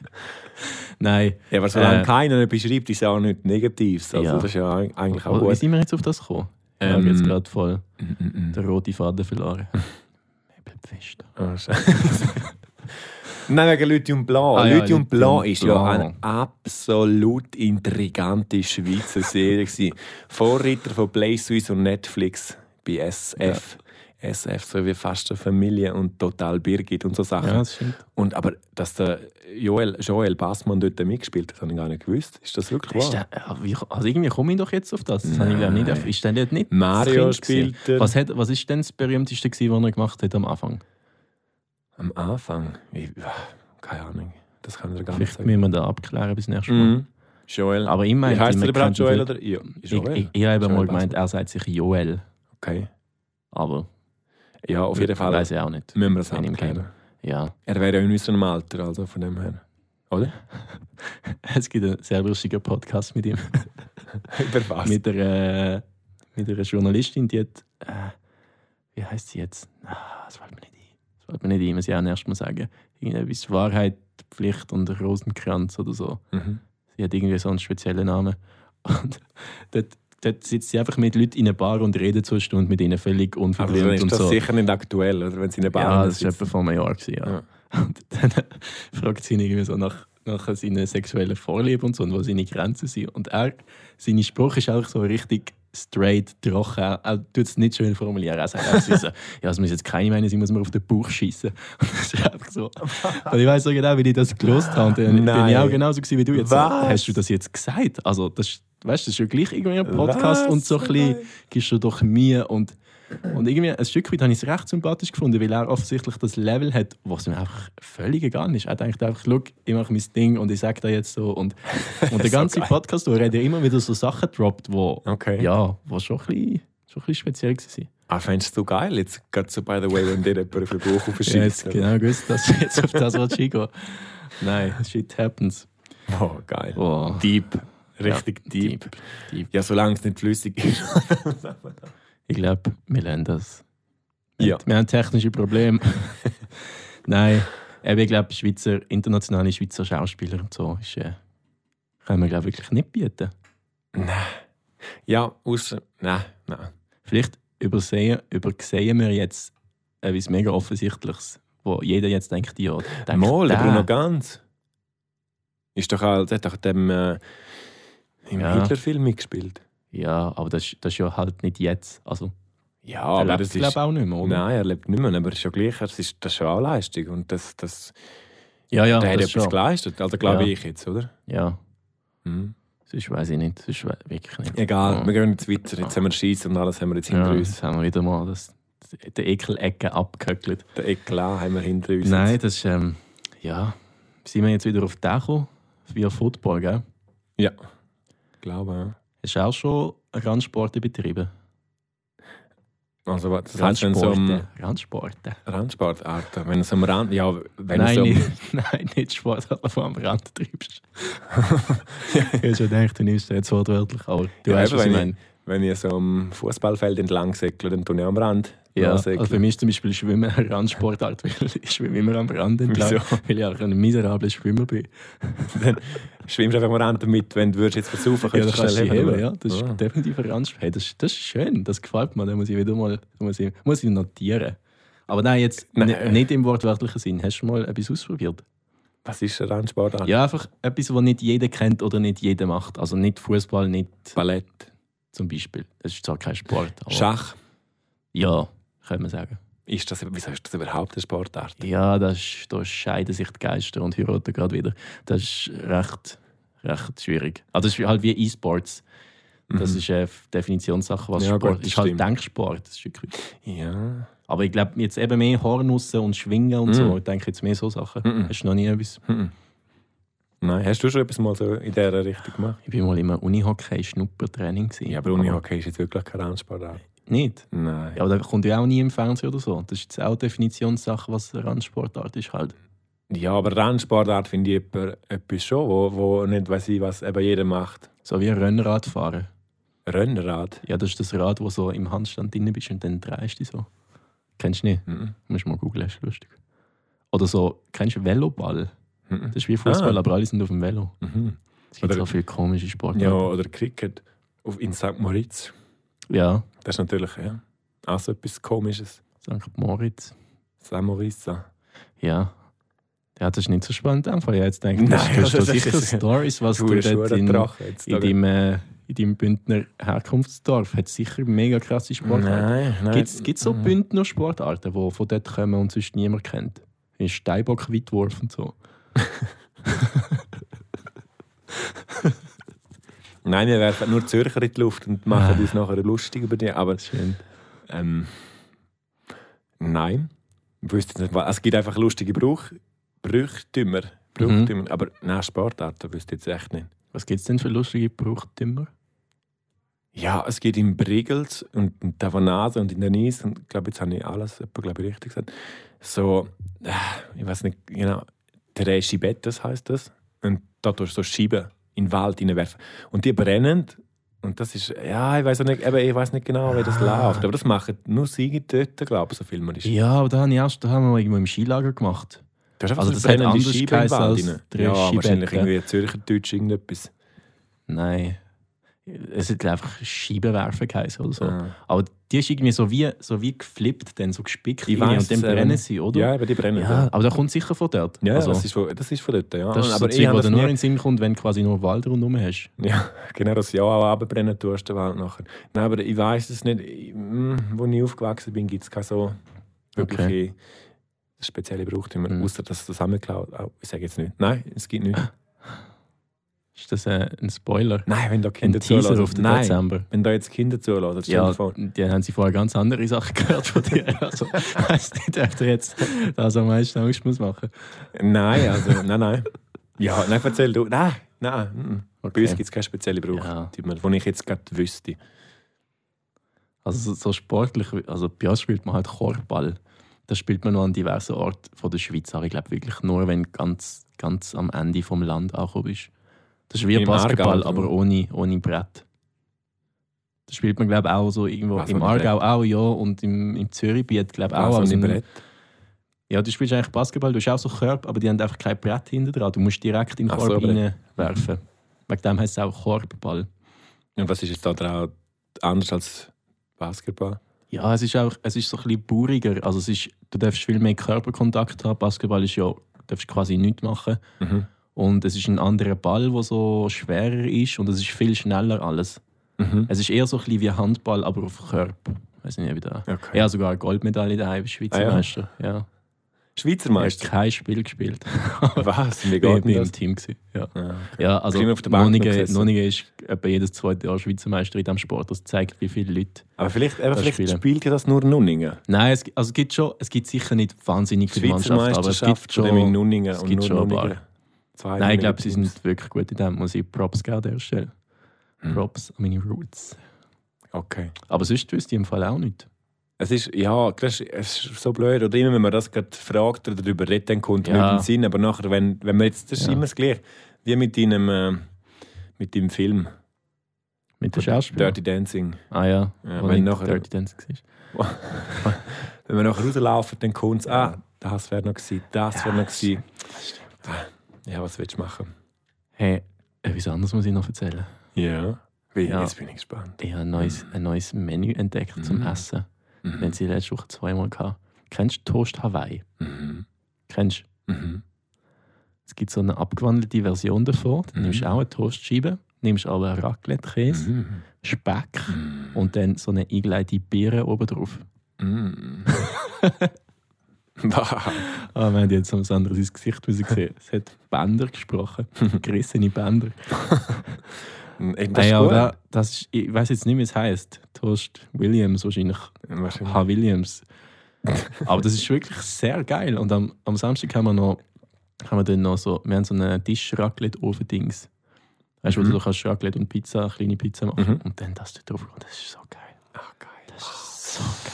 Speaker 1: Nein.
Speaker 3: Ja, aber solange
Speaker 1: Äh.
Speaker 3: keiner etwas schreibt, ist ja auch nichts Negatives. Also
Speaker 1: Ja.
Speaker 3: das ist ja eig- eigentlich auch
Speaker 1: Wie
Speaker 3: gut.
Speaker 1: sind wir jetzt auf das gekommen? Ich
Speaker 3: Ähm.
Speaker 1: habe jetzt gerade voll
Speaker 3: Mm, mm, mm.
Speaker 1: den roten Faden verloren. Ich bleib fest.
Speaker 3: Oh, Scheiße. Nein, wegen Lithium Blanc.
Speaker 1: Ah, ja,
Speaker 3: Lithium Blanc
Speaker 1: Lithium
Speaker 3: ist ja
Speaker 1: Blanc.
Speaker 3: eine absolut intrigante Schweizer Serie. gewesen. Vorreiter von Play Suisse und Netflix bei SF. SF, so wie fast eine Familie und Total Birgit und so Sachen.
Speaker 1: Ja, das stimmt.
Speaker 3: Und aber, dass der Joel, Joel Bassmann dort mitgespielt hat, habe ich gar nicht gewusst. Ist das wirklich
Speaker 1: Ist
Speaker 3: wahr?
Speaker 1: der, ja, wie- also irgendwie komme ich doch jetzt auf das. Das habe ich glaub nicht. erf- Ist der dort nicht das
Speaker 3: Mario
Speaker 1: Kind gewesen?
Speaker 3: spielt er.
Speaker 1: Was, hat, was ist denn das berühmteste, gewesen, was er gemacht hat am Anfang?
Speaker 3: Am Anfang? Ich, ah, keine Ahnung. Das kann ich dir gar nicht
Speaker 1: Vielleicht
Speaker 3: sagen.
Speaker 1: müssen wir das abklären bis nächstes Mal.
Speaker 3: Mhm. Joel.
Speaker 1: Aber ich meine,
Speaker 3: Wie heißt
Speaker 1: man
Speaker 3: er überhaupt
Speaker 1: könnte
Speaker 3: Joel?
Speaker 1: vielleicht-
Speaker 3: Oder? Ja,
Speaker 1: Ich,
Speaker 3: Joel.
Speaker 1: ich, ich habe
Speaker 3: Joel
Speaker 1: mal gemeint, er sagt sich Joel.
Speaker 3: Okay.
Speaker 1: Aber
Speaker 3: Ja, auf jeden Fall
Speaker 1: weiß ich auch nicht.
Speaker 3: müssen wir es
Speaker 1: bin ich im
Speaker 3: abklären.
Speaker 1: Ja.
Speaker 3: Er wäre ja in unserem Alter, also von dem her. Oder?
Speaker 1: Es gibt einen sehr lustigen Podcast mit ihm.
Speaker 3: Über was?
Speaker 1: Mit einer, mit einer Journalistin, die hat. Äh, wie heißt sie jetzt? Ah, das fällt mir nicht ein. Das fällt mir nicht ein, muss ich auch erst mal sagen. Irgendetwas Wahrheit, Pflicht und Rosenkranz oder so.
Speaker 3: mhm.
Speaker 1: Sie hat irgendwie so einen speziellen Namen. Und dort, dort sitzt sie einfach mit Leuten in einer Bar und redet so eine Stunde mit ihnen völlig
Speaker 3: Aber Also dann
Speaker 1: unverblümt
Speaker 3: ist
Speaker 1: und
Speaker 3: das
Speaker 1: so.
Speaker 3: sicher nicht aktuell, oder? Wenn sie in der Bahn
Speaker 1: Ja, das war
Speaker 3: sitzen.
Speaker 1: etwa vor einem Jahr. Gewesen, ja. Und dann fragt sie ihn irgendwie so nach, nach seinen sexuellen Vorlieben und so und wo seine Grenzen sind. Und er, seine Sprache ist auch so richtig straight, trocken. Er tut es nicht schön formulieren. Er sagt einfach so, ja, es muss jetzt keine meine sein, muss man auf den Bauch schießen. Und das ist einfach so. Und ich weiß so genau, wie ich das gelost habe. Und dann bin
Speaker 3: Nein.
Speaker 1: ich auch genauso gewesen wie du jetzt. So,
Speaker 3: Was?
Speaker 1: Hast du das jetzt gesagt? Also, das, ist- weißt, das ist ja gleich irgendwie ein Podcast
Speaker 3: Was?
Speaker 1: und so ein bisschen gibst du doch mir und und irgendwie ein Stück weit habe ich es recht sympathisch gefunden, weil er offensichtlich das Level hat, was mir einfach völlig egal ist. Er denkt einfach, schau, ich mache mein Ding und ich sage da jetzt so. Und, und der ganze Podcast, wo er hat ja immer wieder so Sachen droppt, wo,
Speaker 3: Okay.
Speaker 1: ja, wo schon ein bisschen, schon ein bisschen speziell waren.
Speaker 3: Ah, fändest du geil? Jetzt gerade so, by the way, wenn dir jemand auf den Bauch
Speaker 1: Ja, jetzt
Speaker 3: aufschießt.
Speaker 1: genau gewusst, dass ich jetzt auf das willst eingehen Nein, shit happens.
Speaker 3: Oh, geil.
Speaker 1: Oh.
Speaker 3: Deep. Richtig
Speaker 1: Ja,
Speaker 3: deep.
Speaker 1: deep, deep.
Speaker 3: Ja, solange es nicht flüssig ist.
Speaker 1: Ich glaube, wir lernen das.
Speaker 3: Ja.
Speaker 1: Wir haben technische Probleme. Nein, eben, ich glaube, Schweizer, internationale Schweizer Schauspieler und so ist, äh, können wir glaub, wirklich nicht bieten.
Speaker 3: Ja, außer. Nein, nein.
Speaker 1: Vielleicht übersehen, übersehen wir jetzt etwas mega Offensichtliches, wo jeder jetzt denkt, ja, denkt
Speaker 3: Mal,
Speaker 1: der.
Speaker 3: der Bruno Ganz. Ist doch halt, hat doch dem, äh, im
Speaker 1: Ja.
Speaker 3: Hitler-Film mitgespielt.
Speaker 1: Ja, aber das, ist- das ist ja halt nicht jetzt. Also, der
Speaker 3: Ja, aber
Speaker 1: lebt,
Speaker 3: das
Speaker 1: glaub,
Speaker 3: ist.
Speaker 1: auch nicht mehr, oder?
Speaker 3: Nein, er lebt nicht mehr, aber ist ja gleich, das ist, das ist schon auch Leistung. Und das, das,
Speaker 1: Ja, ja,
Speaker 3: der hat
Speaker 1: das
Speaker 3: etwas
Speaker 1: schon.
Speaker 3: geleistet. Also glaube
Speaker 1: Ja.
Speaker 3: ich jetzt, oder?
Speaker 1: Ja,
Speaker 3: Mhm.
Speaker 1: sonst weiß ich nicht. Sonst we- wirklich nicht.
Speaker 3: Egal,
Speaker 1: Ja.
Speaker 3: wir gehen jetzt weiter. Jetzt haben wir Scheiße und alles haben wir jetzt hinter
Speaker 1: Ja,
Speaker 3: uns.
Speaker 1: jetzt haben wir wieder mal das, den Ekel-Ecken abgehöckelt.
Speaker 3: Den Eklat haben wir hinter uns.
Speaker 1: Nein,
Speaker 3: Jetzt.
Speaker 1: das ist, ähm, ja, sind wir jetzt wieder auf den gekommen, via Football, gell?
Speaker 3: Ja. Ich glaube, ja.
Speaker 1: Hast du auch schon einen Randsport betrieben?
Speaker 3: Also, was- das heißt, wenn so um
Speaker 1: Randsporten.
Speaker 3: Randsportarten, wenn es am Rand, ja, wenn es
Speaker 1: Nein,
Speaker 3: um,
Speaker 1: nicht, nein, nicht Sport, aber wo du am Rand treibst. ich habe schon gedacht, du nimmst das jetzt wortwörtlich, aber du
Speaker 3: Ja,
Speaker 1: weißt,
Speaker 3: eben,
Speaker 1: was ich
Speaker 3: wenn
Speaker 1: meine.
Speaker 3: wenn ich so am Fußballfeld entlang säckle, dann tue ich am Rand.
Speaker 1: Ja, also
Speaker 3: säckle.
Speaker 1: für mich ist zum Beispiel Schwimmen eine Randsportart, weil ich schwimme immer am Rand entlang,
Speaker 3: Wieso?
Speaker 1: weil ich auch ein miserabler Schwimmer bin.
Speaker 3: dann schwimmst du einfach am Rand damit, wenn du würdest jetzt
Speaker 1: Ja,
Speaker 3: versaufen
Speaker 1: da
Speaker 3: könntest
Speaker 1: kannst du
Speaker 3: schnell
Speaker 1: dich heben, ja.
Speaker 3: oder?
Speaker 1: Das ist
Speaker 3: Ah.
Speaker 1: definitiv ein Randspiel. Hey, das, das ist schön, das gefällt mir. Da muss ich wieder mal muss ich, muss ich notieren. Aber nein, jetzt
Speaker 3: Nein.
Speaker 1: ni- nicht im wortwörtlichen Sinn. Hast du mal etwas ausprobiert?
Speaker 3: Was ist eine Randsportart?
Speaker 1: Ja, einfach etwas, was nicht jeder kennt oder nicht jeder macht. Also nicht Fußball, nicht
Speaker 3: Ballett,
Speaker 1: zum Beispiel. Das ist zwar kein Sport. Aber
Speaker 3: Schach.
Speaker 1: Ja, könnte man sagen.
Speaker 3: Ist das, wieso ist das überhaupt eine Sportart?
Speaker 1: Ja, das ist, da scheiden sich die Geister und heiraten gerade wieder. Das ist recht, recht schwierig. Also das ist halt wie E-Sports. Das ist eine Definitionssache, was
Speaker 3: Mhm. Ja,
Speaker 1: Sport
Speaker 3: gut, das
Speaker 1: ist. halt
Speaker 3: stimmt.
Speaker 1: Denksport. Das ist ein Stück weit.
Speaker 3: Ja.
Speaker 1: Aber ich glaube, jetzt eben mehr Hornussen und Schwingen und
Speaker 3: Mm.
Speaker 1: so. Ich denke jetzt mehr so Sachen. Hast du noch nie etwas?
Speaker 3: Mhm. Nein, hast du schon etwas mal so in dieser Richtung gemacht?
Speaker 1: Ich bin mal im Unihockey-Schnuppertraining. gewesen.
Speaker 3: Ja, aber Unihockey ist jetzt wirklich keine Randsportart.
Speaker 1: Nicht?
Speaker 3: Nein.
Speaker 1: Ja, aber das kommt ja auch nie im Fernsehen oder so. Das ist jetzt auch Definitionssache, was eine Randsportart ist halt.
Speaker 3: Ja, aber Randsportart finde ich etwa- etwas schon, wo, wo nicht weiß ich, was eben jeder macht.
Speaker 1: So wie Rennradfahren.
Speaker 3: Rennrad.
Speaker 1: Ja, das ist das Rad, wo so im Handstand drin bist und dann drehst du dich so. Kennst du nicht?
Speaker 3: Mhm.
Speaker 1: Musst mal googeln, ist lustig. Oder so, kennst du Veloball?
Speaker 3: Mhm.
Speaker 1: Das ist wie Fußball,
Speaker 3: Ah.
Speaker 1: aber alle sind auf dem Velo.
Speaker 3: Mhm.
Speaker 1: Es gibt
Speaker 3: Oder-
Speaker 1: so viele komische
Speaker 3: Ja,
Speaker 1: Sportarten.
Speaker 3: oder Cricket auf, in St. Moritz.
Speaker 1: Ja.
Speaker 3: Das ist natürlich ja, auch so etwas Komisches.
Speaker 1: St. Moritz.
Speaker 3: St. Moritza.
Speaker 1: Ja. Ja, das ist nicht so spannend einfach. Ich hab jetzt denke,
Speaker 3: Nein,
Speaker 1: das
Speaker 3: also
Speaker 1: ist
Speaker 3: das
Speaker 1: sicher
Speaker 3: ist-
Speaker 1: Stories, was du dort in, in, deinem, äh, in deinem Bündner Herkunftsdorf hat sicher mega krasse Sportarten.
Speaker 3: Nein, nein. Mhm.
Speaker 1: Gibt es so Bündner Sportarten, die von dort kommen und sonst niemand kennt? Ein Steinbock, Weitwurf und so.
Speaker 3: Nein, wir werfen nur Zürcher in die Luft und machen uns nachher lustig über die. Aber
Speaker 1: Schön.
Speaker 3: ähm, nein, ich wüsste nicht, was. Es gibt einfach lustige Bruch, Brüchtümer. Brüchtümer. Aber nein, Sportarten wüsste ich jetzt echt nicht.
Speaker 1: Was gibt es denn für lustige Brauchtümer?
Speaker 3: Ja, es geht in Brigels und in Tavanase und in der Nies und ich glaube, jetzt habe ich alles etwa, glaube ich, richtig gesagt. So, äh, ich weiß nicht genau, Tereschibettes heißt das. Und da tust du so Scheiben in den Wald reinwerfen. Und die brennen und das ist, ja, ich weiß nicht, eben, ich weiß nicht genau, wie das läuft. Aber das machen nur sie dort, glaube ich, so viel man ist.
Speaker 1: Ah. Ja, aber da, habe ich erst, da haben wir mal irgendwo im Skilager gemacht.
Speaker 3: Du hast einfach
Speaker 1: Also
Speaker 3: so
Speaker 1: das
Speaker 3: brennende
Speaker 1: hat anders
Speaker 3: Scheiben im
Speaker 1: geheißen
Speaker 3: Wald
Speaker 1: als
Speaker 3: rein. Ja,
Speaker 1: Tereschibetten.
Speaker 3: wahrscheinlich irgendwie Zürcher Deutsch irgendetwas.
Speaker 1: Nein. es hat einfach Scheibenwerfer geheißen oder so.
Speaker 3: Ah.
Speaker 1: Aber die ist irgendwie so wie, so wie geflippt, dann so gespickt
Speaker 3: Ich
Speaker 1: irgendwie
Speaker 3: weiss,
Speaker 1: und dann
Speaker 3: ähm,
Speaker 1: brennen sie, oder?
Speaker 3: Ja, aber die brennen.
Speaker 1: Ja, aber der kommt sicher von dort.
Speaker 3: Ja,
Speaker 1: also,
Speaker 3: das, ist von, das ist von dort, ja.
Speaker 1: das ist aber so
Speaker 3: habe
Speaker 1: Zeug, was dir
Speaker 3: das
Speaker 1: nur in
Speaker 3: nie-
Speaker 1: den Sinn kommt, wenn du quasi nur Wald rundherum hast.
Speaker 3: Ja, genau, das Jahr auch abbrennen tust, der Wald nachher. Nein, aber ich weiß es nicht. Ich, mm, wo ich aufgewachsen bin, gibt es keine so wirkliche spezielle Brauchtümer,
Speaker 1: Mhm.
Speaker 3: außer dass das zusammengeklaut oh, Ich sage jetzt nicht. Nein, es gibt nichts.
Speaker 1: Ist das äh, ein Spoiler?
Speaker 3: Nein, wenn da
Speaker 1: Ein
Speaker 3: Kinder
Speaker 1: Teaser auf den
Speaker 3: Nein,
Speaker 1: Dezember.
Speaker 3: wenn da jetzt Kinder zuhören, stell dir
Speaker 1: Ja,
Speaker 3: vor.
Speaker 1: die haben sie vorher ganz andere Sachen gehört von dir. Also, weißt du, dürfte jetzt das am meisten Angst muss machen.
Speaker 3: Nein, also, nein, nein. Ja, nein, erzähl du. Nein, nein. mhm. Bei uns
Speaker 1: Okay.
Speaker 3: gibt es keine spezielle
Speaker 1: Ja.
Speaker 3: Brauchtümer, die ich jetzt gerade wüsste.
Speaker 1: Also so, so sportlich, wie- also bei uns spielt man halt Korbball. Das spielt man nur an diversen Orten von der Schweiz, aber ich glaube wirklich nur, wenn du ganz, ganz am Ende vom Land angekommen bist. Das ist wie
Speaker 3: Im
Speaker 1: Basketball,
Speaker 3: Aargau, oder?
Speaker 1: aber ohne, ohne Brett. Das spielt man glaube auch so irgendwo
Speaker 3: Was,
Speaker 1: im
Speaker 3: ohne Also Brett?
Speaker 1: Aargau auch, ja, und im, im Zürichbiet glaube auch.
Speaker 3: Also,
Speaker 1: aber so
Speaker 3: nicht
Speaker 1: ein-
Speaker 3: Brett.
Speaker 1: Ja, du spielst eigentlich Basketball, du hast auch so Körb, aber die haben einfach kein Brett hinten dran. Du musst direkt in den
Speaker 3: Ach
Speaker 1: Korb
Speaker 3: so, aber-
Speaker 1: reinwerfen. Wegen dem heisst es auch Korbball.
Speaker 3: Und was ist jetzt da dran anders als Basketball?
Speaker 1: Ja, es ist auch es ist so ein bisschen buriger. Also es ist, du darfst viel mehr Körperkontakt haben. Basketball ist ja, du darfst quasi nichts machen.
Speaker 3: Mhm.
Speaker 1: Und es ist ein anderer Ball, der so schwerer ist und es ist viel schneller alles.
Speaker 3: Mhm.
Speaker 1: Es ist eher so ein bisschen wie Handball, aber auf Körper. Weiß nicht, wie da.
Speaker 3: Okay.
Speaker 1: Er hat sogar eine Goldmedaille daheim, Schweizer
Speaker 3: Ah, ja.
Speaker 1: Meister. Ja.
Speaker 3: Schweizer
Speaker 1: Er hat
Speaker 3: Meister.
Speaker 1: kein Spiel gespielt.
Speaker 3: Was? Wie
Speaker 1: Wir
Speaker 3: geht
Speaker 1: waren
Speaker 3: denn
Speaker 1: im
Speaker 3: das?
Speaker 1: Team. Gewesen. Ja.
Speaker 3: Ja.
Speaker 1: ja, also
Speaker 3: Prima auf der Bank noch
Speaker 1: Nonige,
Speaker 3: gesessen.
Speaker 1: Nonige ist etwa jedes zweite Jahr Schweizer Meister in diesem Sport. Das zeigt, wie viele Leute
Speaker 3: Aber vielleicht, eben,
Speaker 1: Das
Speaker 3: vielleicht
Speaker 1: Spielen.
Speaker 3: spielt ja das nur Nunningen.
Speaker 1: Nein, es, also es gibt schon, es gibt sicher nicht wahnsinnig viele
Speaker 3: Schweizer
Speaker 1: Mannschaften, aber es gibt
Speaker 3: Meisterschaft schon in
Speaker 1: schon.
Speaker 3: Nunningen.
Speaker 1: es
Speaker 3: und
Speaker 1: gibt
Speaker 3: nur
Speaker 1: schon ein paar.
Speaker 3: Nunningen. Zwei
Speaker 1: Nein, ich
Speaker 3: Nunninger
Speaker 1: glaube, sie
Speaker 3: Teams.
Speaker 1: sind wirklich gut in dem, muss ich Props geben an der Stelle.
Speaker 3: Mhm.
Speaker 1: Props an meine Roots.
Speaker 3: Hm. Okay.
Speaker 1: Aber sonst wüsste ich im Fall auch nicht.
Speaker 3: Es ist, ja, das ist- es ist so blöd. Oder immer, wenn man das gerade fragt oder darüber redet, dann kommt
Speaker 1: Ja.
Speaker 3: nicht in den Sinn. Aber nachher, wenn, wenn man jetzt, das ist
Speaker 1: Ja.
Speaker 3: immer das Gleiche. Wie mit deinem, äh, mit deinem Film.
Speaker 1: Mit der Schauspieler.
Speaker 3: Dirty Dancing.
Speaker 1: Ah ja,
Speaker 3: Ja,
Speaker 1: wo nicht
Speaker 3: wenn nachher-
Speaker 1: Dirty Dance war.
Speaker 3: Wenn wir nachher rauslaufen, dann kommt es, ah, das wäre noch gewesen, das wäre noch gewesen. Ja, was willst du machen?
Speaker 1: Hey, etwas anderes muss ich noch erzählen.
Speaker 3: Ja. Wie?
Speaker 1: Ja.
Speaker 3: Jetzt bin ich gespannt.
Speaker 1: Ich habe ein neues, ein neues Menü entdeckt zum Essen.
Speaker 3: Mhm.
Speaker 1: Wenn sie letzte Woche zweimal gehabt. Kennst du Toast Hawaii?
Speaker 3: Mhm.
Speaker 1: Kennst du?
Speaker 3: Mhm.
Speaker 1: Es gibt so eine abgewandelte Version davon. Du nimmst auch eine Toastscheibe, nimmst aber einen Raclette-Käse,
Speaker 3: Mhm.
Speaker 1: Speck und dann so eine eingelegte Birne oben drauf.
Speaker 3: Mhm. Wow.
Speaker 1: Ah, wir haben jetzt noch was anderes ins Gesicht müssen sehen. Es hat Bänder gesprochen, gerissene Bänder.
Speaker 3: Ey, Das
Speaker 1: Nein,
Speaker 3: ist
Speaker 1: aber
Speaker 3: gut.
Speaker 1: da- das ist, ich weiß jetzt nicht, wie es heißt. Toast Williams wahrscheinlich.
Speaker 3: Wahrscheinlich.
Speaker 1: H. Williams. aber das ist wirklich sehr geil. Und am, am Samstag haben wir noch, haben wir dann noch so, wir haben so einen Tisch Raclette Ofen Dings. Weißt du, wo du so kannst Raclette und Pizza, kleine Pizza machen
Speaker 3: Mhm.
Speaker 1: und dann das da drauf. Und das ist so geil.
Speaker 3: Ah, geil.
Speaker 1: Das ist so geil.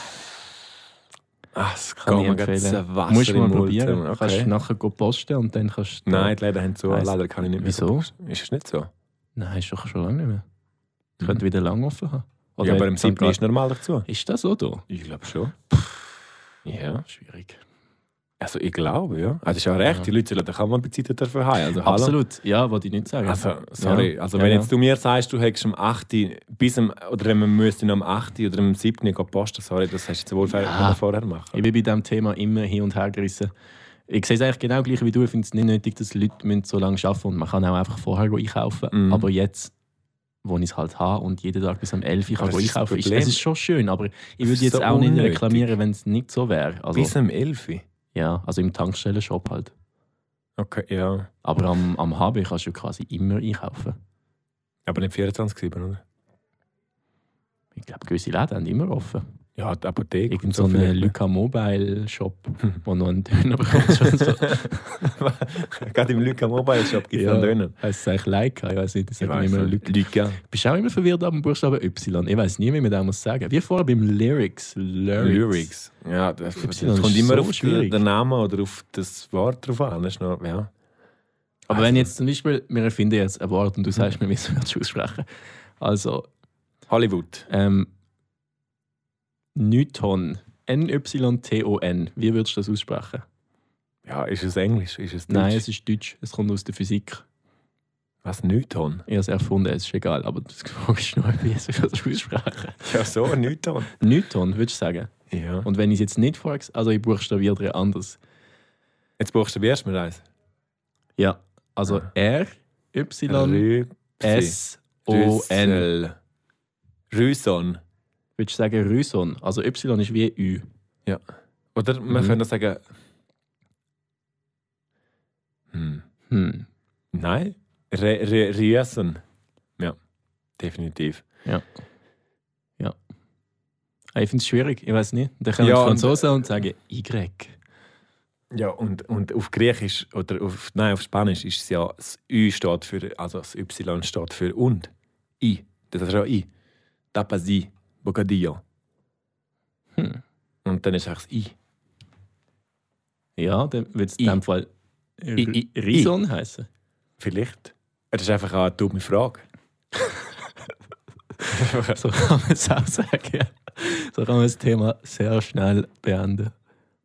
Speaker 3: Ah, das
Speaker 1: Kann
Speaker 3: kann
Speaker 1: ich
Speaker 3: man gerade
Speaker 1: empfehlen.
Speaker 3: so Wasser
Speaker 1: Musst du mal
Speaker 3: im Mund
Speaker 1: probieren.
Speaker 3: haben.
Speaker 1: Kannst du
Speaker 3: Okay.
Speaker 1: nachher go posten und dann kannst du.
Speaker 3: Nein, die Läden haben zu,
Speaker 1: Weiss.
Speaker 3: leider kann ich nicht mehr.
Speaker 1: Wieso?
Speaker 3: Ist es nicht so?
Speaker 1: Nein, ist doch schon lange nicht mehr. Ich
Speaker 3: Mhm.
Speaker 1: könnte wieder lang offen haben.
Speaker 3: ja, aber
Speaker 1: sogar-
Speaker 3: im Siebten ist normal dazu.
Speaker 1: Ist das so da?
Speaker 3: Ich glaube schon. Ja.
Speaker 1: Schwierig.
Speaker 3: Also ich glaube, ja. Also ist ja recht,
Speaker 1: Ja.
Speaker 3: die Leute sollten auch mal Bezeit dafür haben. Also, hallo.
Speaker 1: Absolut. Ah, Ja, wollte ich nicht sagen.
Speaker 3: Also, sorry,
Speaker 1: Ja.
Speaker 3: also
Speaker 1: Ja,
Speaker 3: wenn
Speaker 1: ja.
Speaker 3: jetzt du mir sagst, du hättest am 8. bis am, oder man müsste noch am 8. oder am 7. gehen posten, sorry, das hast du jetzt wohl
Speaker 1: Ja.
Speaker 3: vorher machen
Speaker 1: Ah. Ich bin bei diesem Thema immer hin und her gerissen. Ich sehe es eigentlich genau gleich wie du. Ich finde es nicht nötig, dass Leute müssen so lange arbeiten müssen. Und man kann auch einfach vorher go einkaufen.
Speaker 3: Mhm.
Speaker 1: Aber jetzt, wo ich es halt habe und jeden Tag bis um 11 Uhr kann
Speaker 3: Aber
Speaker 1: go
Speaker 3: das ist das
Speaker 1: einkaufen, ist,
Speaker 3: Problem.
Speaker 1: es ist schon schön. Aber ich
Speaker 3: ist
Speaker 1: würde jetzt
Speaker 3: so
Speaker 1: auch nicht
Speaker 3: unnötig.
Speaker 1: reklamieren, wenn es nicht so wäre.
Speaker 3: Bis
Speaker 1: Also,
Speaker 3: am 11.
Speaker 1: ja, also im Tankstellenshop halt.
Speaker 3: Okay, ja.
Speaker 1: Aber am, am HB kannst du ja quasi immer einkaufen.
Speaker 3: Aber nicht 24 7, oder?
Speaker 1: Ich glaube, gewisse Läden haben immer offen.
Speaker 3: Ja, die Apotheke.
Speaker 1: Irgend so einen Luca Mobile Shop, wo noch einen Döner bekommst. und so.
Speaker 3: Gerade im Lücker Mobile Shop gibt es
Speaker 1: Ja.
Speaker 3: einen Döner.
Speaker 1: Heißt es eigentlich Leica? Ich weiß nicht, das sagt man immer Luca.
Speaker 3: Lücker.
Speaker 1: Bist du auch immer verwirrt ab dem Buchstaben Y? Ich weiß nie, wie man das muss sagen. Wie vorher beim Lyrics. Lyrics.
Speaker 3: Lyrics. Ja, das,
Speaker 1: Gibt's
Speaker 3: das
Speaker 1: die noch?
Speaker 3: kommt
Speaker 1: Das ist
Speaker 3: immer
Speaker 1: so
Speaker 3: auf den,
Speaker 1: schwierig.
Speaker 3: den Namen oder auf das Wort drauf an. Das ist noch, ja. Also,
Speaker 1: Aber wenn jetzt zum Beispiel, wir erfinden jetzt ein Wort und du sagst mir, wie es wird aussprechen. Also,
Speaker 3: Hollywood.
Speaker 1: ähm, Newton. N-Y-T-O-N. Wie würdest du das aussprechen?
Speaker 3: Ja, ist es Englisch? Ist es Deutsch?
Speaker 1: Nein, es ist Deutsch. Es kommt aus der Physik.
Speaker 3: Was, Newton?
Speaker 1: Ich habe es erfunden, es ist egal, aber das ist noch, wie ich das ausspreche.
Speaker 3: Ja, so, ein Newton.
Speaker 1: Newton, würdest du sagen?
Speaker 3: Ja.
Speaker 1: Und wenn ich es jetzt nicht frage, also ich buchstabiere anders.
Speaker 3: Jetzt brauchst du erstmal eins.
Speaker 1: Ja, also R, Y,
Speaker 3: Rübsi.
Speaker 1: S, O, N.
Speaker 3: Rüssel. Rüson.
Speaker 1: Würdest du sagen Rüson? Also Y ist wie Ü.
Speaker 3: Oder man
Speaker 1: Mhm.
Speaker 3: könnte sagen. Hm.
Speaker 1: Hm.
Speaker 3: Nein. Re- Re- Riesen. Ja, definitiv.
Speaker 1: Ah, Ich finde es schwierig, ich weiß nicht. Dann kommen
Speaker 3: Ja,
Speaker 1: die
Speaker 3: und-
Speaker 1: Franzosen und sagen Y.
Speaker 3: Ja, und, und auf Griechisch oder auf, nein, auf Spanisch ist es ja, das Ü steht für, also das Y steht für und. I. Das ist ja I. Tapasi, Bocadillo.
Speaker 1: Hm.
Speaker 3: Und dann ist auch das I.
Speaker 1: Ja, dann würde es in
Speaker 3: I.
Speaker 1: dem Fall
Speaker 3: I, I,
Speaker 1: Rison heißen.
Speaker 3: Vielleicht. Das ist einfach eine dumme Frage.
Speaker 1: So kann man es auch sagen. ja. So kann man das Thema sehr schnell beenden.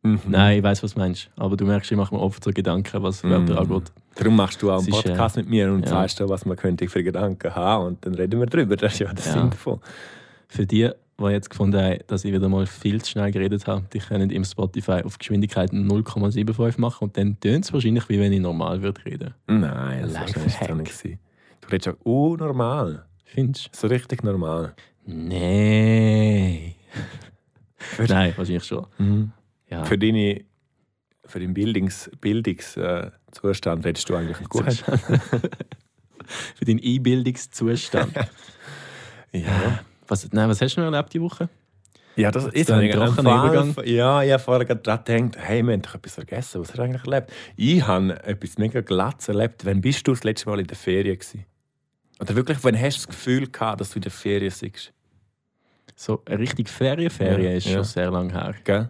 Speaker 1: Nein, ich weiß, was du meinst. Aber du merkst, ich mache mir oft so Gedanken, was für Wörter
Speaker 3: Mhm.
Speaker 1: angeht.
Speaker 3: Darum machst du auch
Speaker 1: Es
Speaker 3: einen
Speaker 1: ist, äh,
Speaker 3: Podcast mit mir und
Speaker 1: ja.
Speaker 3: zeigst dir, was man könnte für Gedanken haben und dann reden wir drüber. Das ist ja der
Speaker 1: Ja.
Speaker 3: Sinn davon.
Speaker 1: Für die, die jetzt gefunden haben, dass ich wieder mal viel zu schnell geredet habe, die können im Spotify auf Geschwindigkeit 0,75 machen und dann tönt es wahrscheinlich, wie wenn ich normal würde reden.
Speaker 3: Nein, das
Speaker 1: Lifehack.
Speaker 3: war es doch nicht. gewesen. Du redest ja unnormal.
Speaker 1: Findest
Speaker 3: So richtig normal.
Speaker 1: du? Nee.
Speaker 3: Würdest-
Speaker 1: Nein, wahrscheinlich schon. Ja.
Speaker 3: Für, deine, für deinen Bildungszustand Bildungs, äh, Zustand redest du eigentlich gut.
Speaker 1: Zustand. Für deinen Einbildungszustand.
Speaker 3: Ja.
Speaker 1: Was, nein, was hast du noch erlebt die Woche?
Speaker 3: ja, das ist
Speaker 1: ist ein
Speaker 3: ein
Speaker 1: trockener Übergang.
Speaker 3: Ja, ich habe vorher gerade daran gedacht, hey, wir haben doch etwas vergessen, was er eigentlich erlebt. Ich habe etwas mega glatt erlebt. Wann bist du das letzte Mal in der Ferien gewesen? Oder wirklich, wann hast du das Gefühl gehabt, dass du in der Ferien bist?
Speaker 1: So eine richtige Ferienferien
Speaker 3: Ja,
Speaker 1: ist
Speaker 3: ja.
Speaker 1: schon sehr lange her.
Speaker 3: Gell?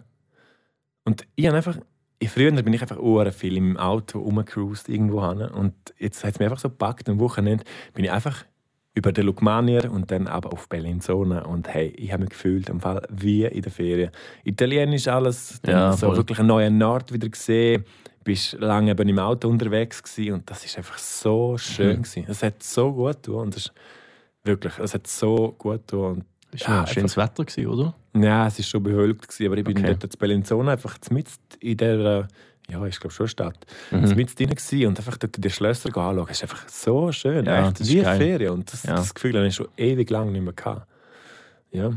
Speaker 3: Und ich habe einfach, ich, früher bin ich einfach sehr viel im Auto rumgecruised irgendwo hin. Und jetzt hat es mich einfach so gepackt. Am Wochenende bin ich einfach über den Lugmanier und dann aber auf Bellinzona. Und hey, ich habe mich gefühlt im Fall wie in der Ferien. Italienisch alles, dann
Speaker 1: Ja,
Speaker 3: so
Speaker 1: voll.
Speaker 3: wirklich einen neuen Nord wieder gesehen. Bist lange eben im Auto unterwegs gewesen und das ist einfach so schön
Speaker 1: Mhm.
Speaker 3: gewesen. Es hat so gut getan und es ist wirklich, es hat so gut getan. Und
Speaker 1: Es war
Speaker 3: Ja, also
Speaker 1: schönes Wetter, gewesen, oder?
Speaker 3: ja, es war schon behölkt, gewesen, aber ich bin
Speaker 1: Okay.
Speaker 3: dort in Bellinzona einfach mitten in der, ja, ist glaube schon eine Stadt,
Speaker 1: Mhm.
Speaker 3: mitten drin gewesen und einfach dort in die Schlösser gehen anschauen. Es ist einfach so schön,
Speaker 1: Ja,
Speaker 3: echt,
Speaker 1: das ist
Speaker 3: wie
Speaker 1: geil.
Speaker 3: Ferien. Und das,
Speaker 1: Ja.
Speaker 3: das Gefühl habe ich schon ewig lang nicht mehr gehabt. Ja,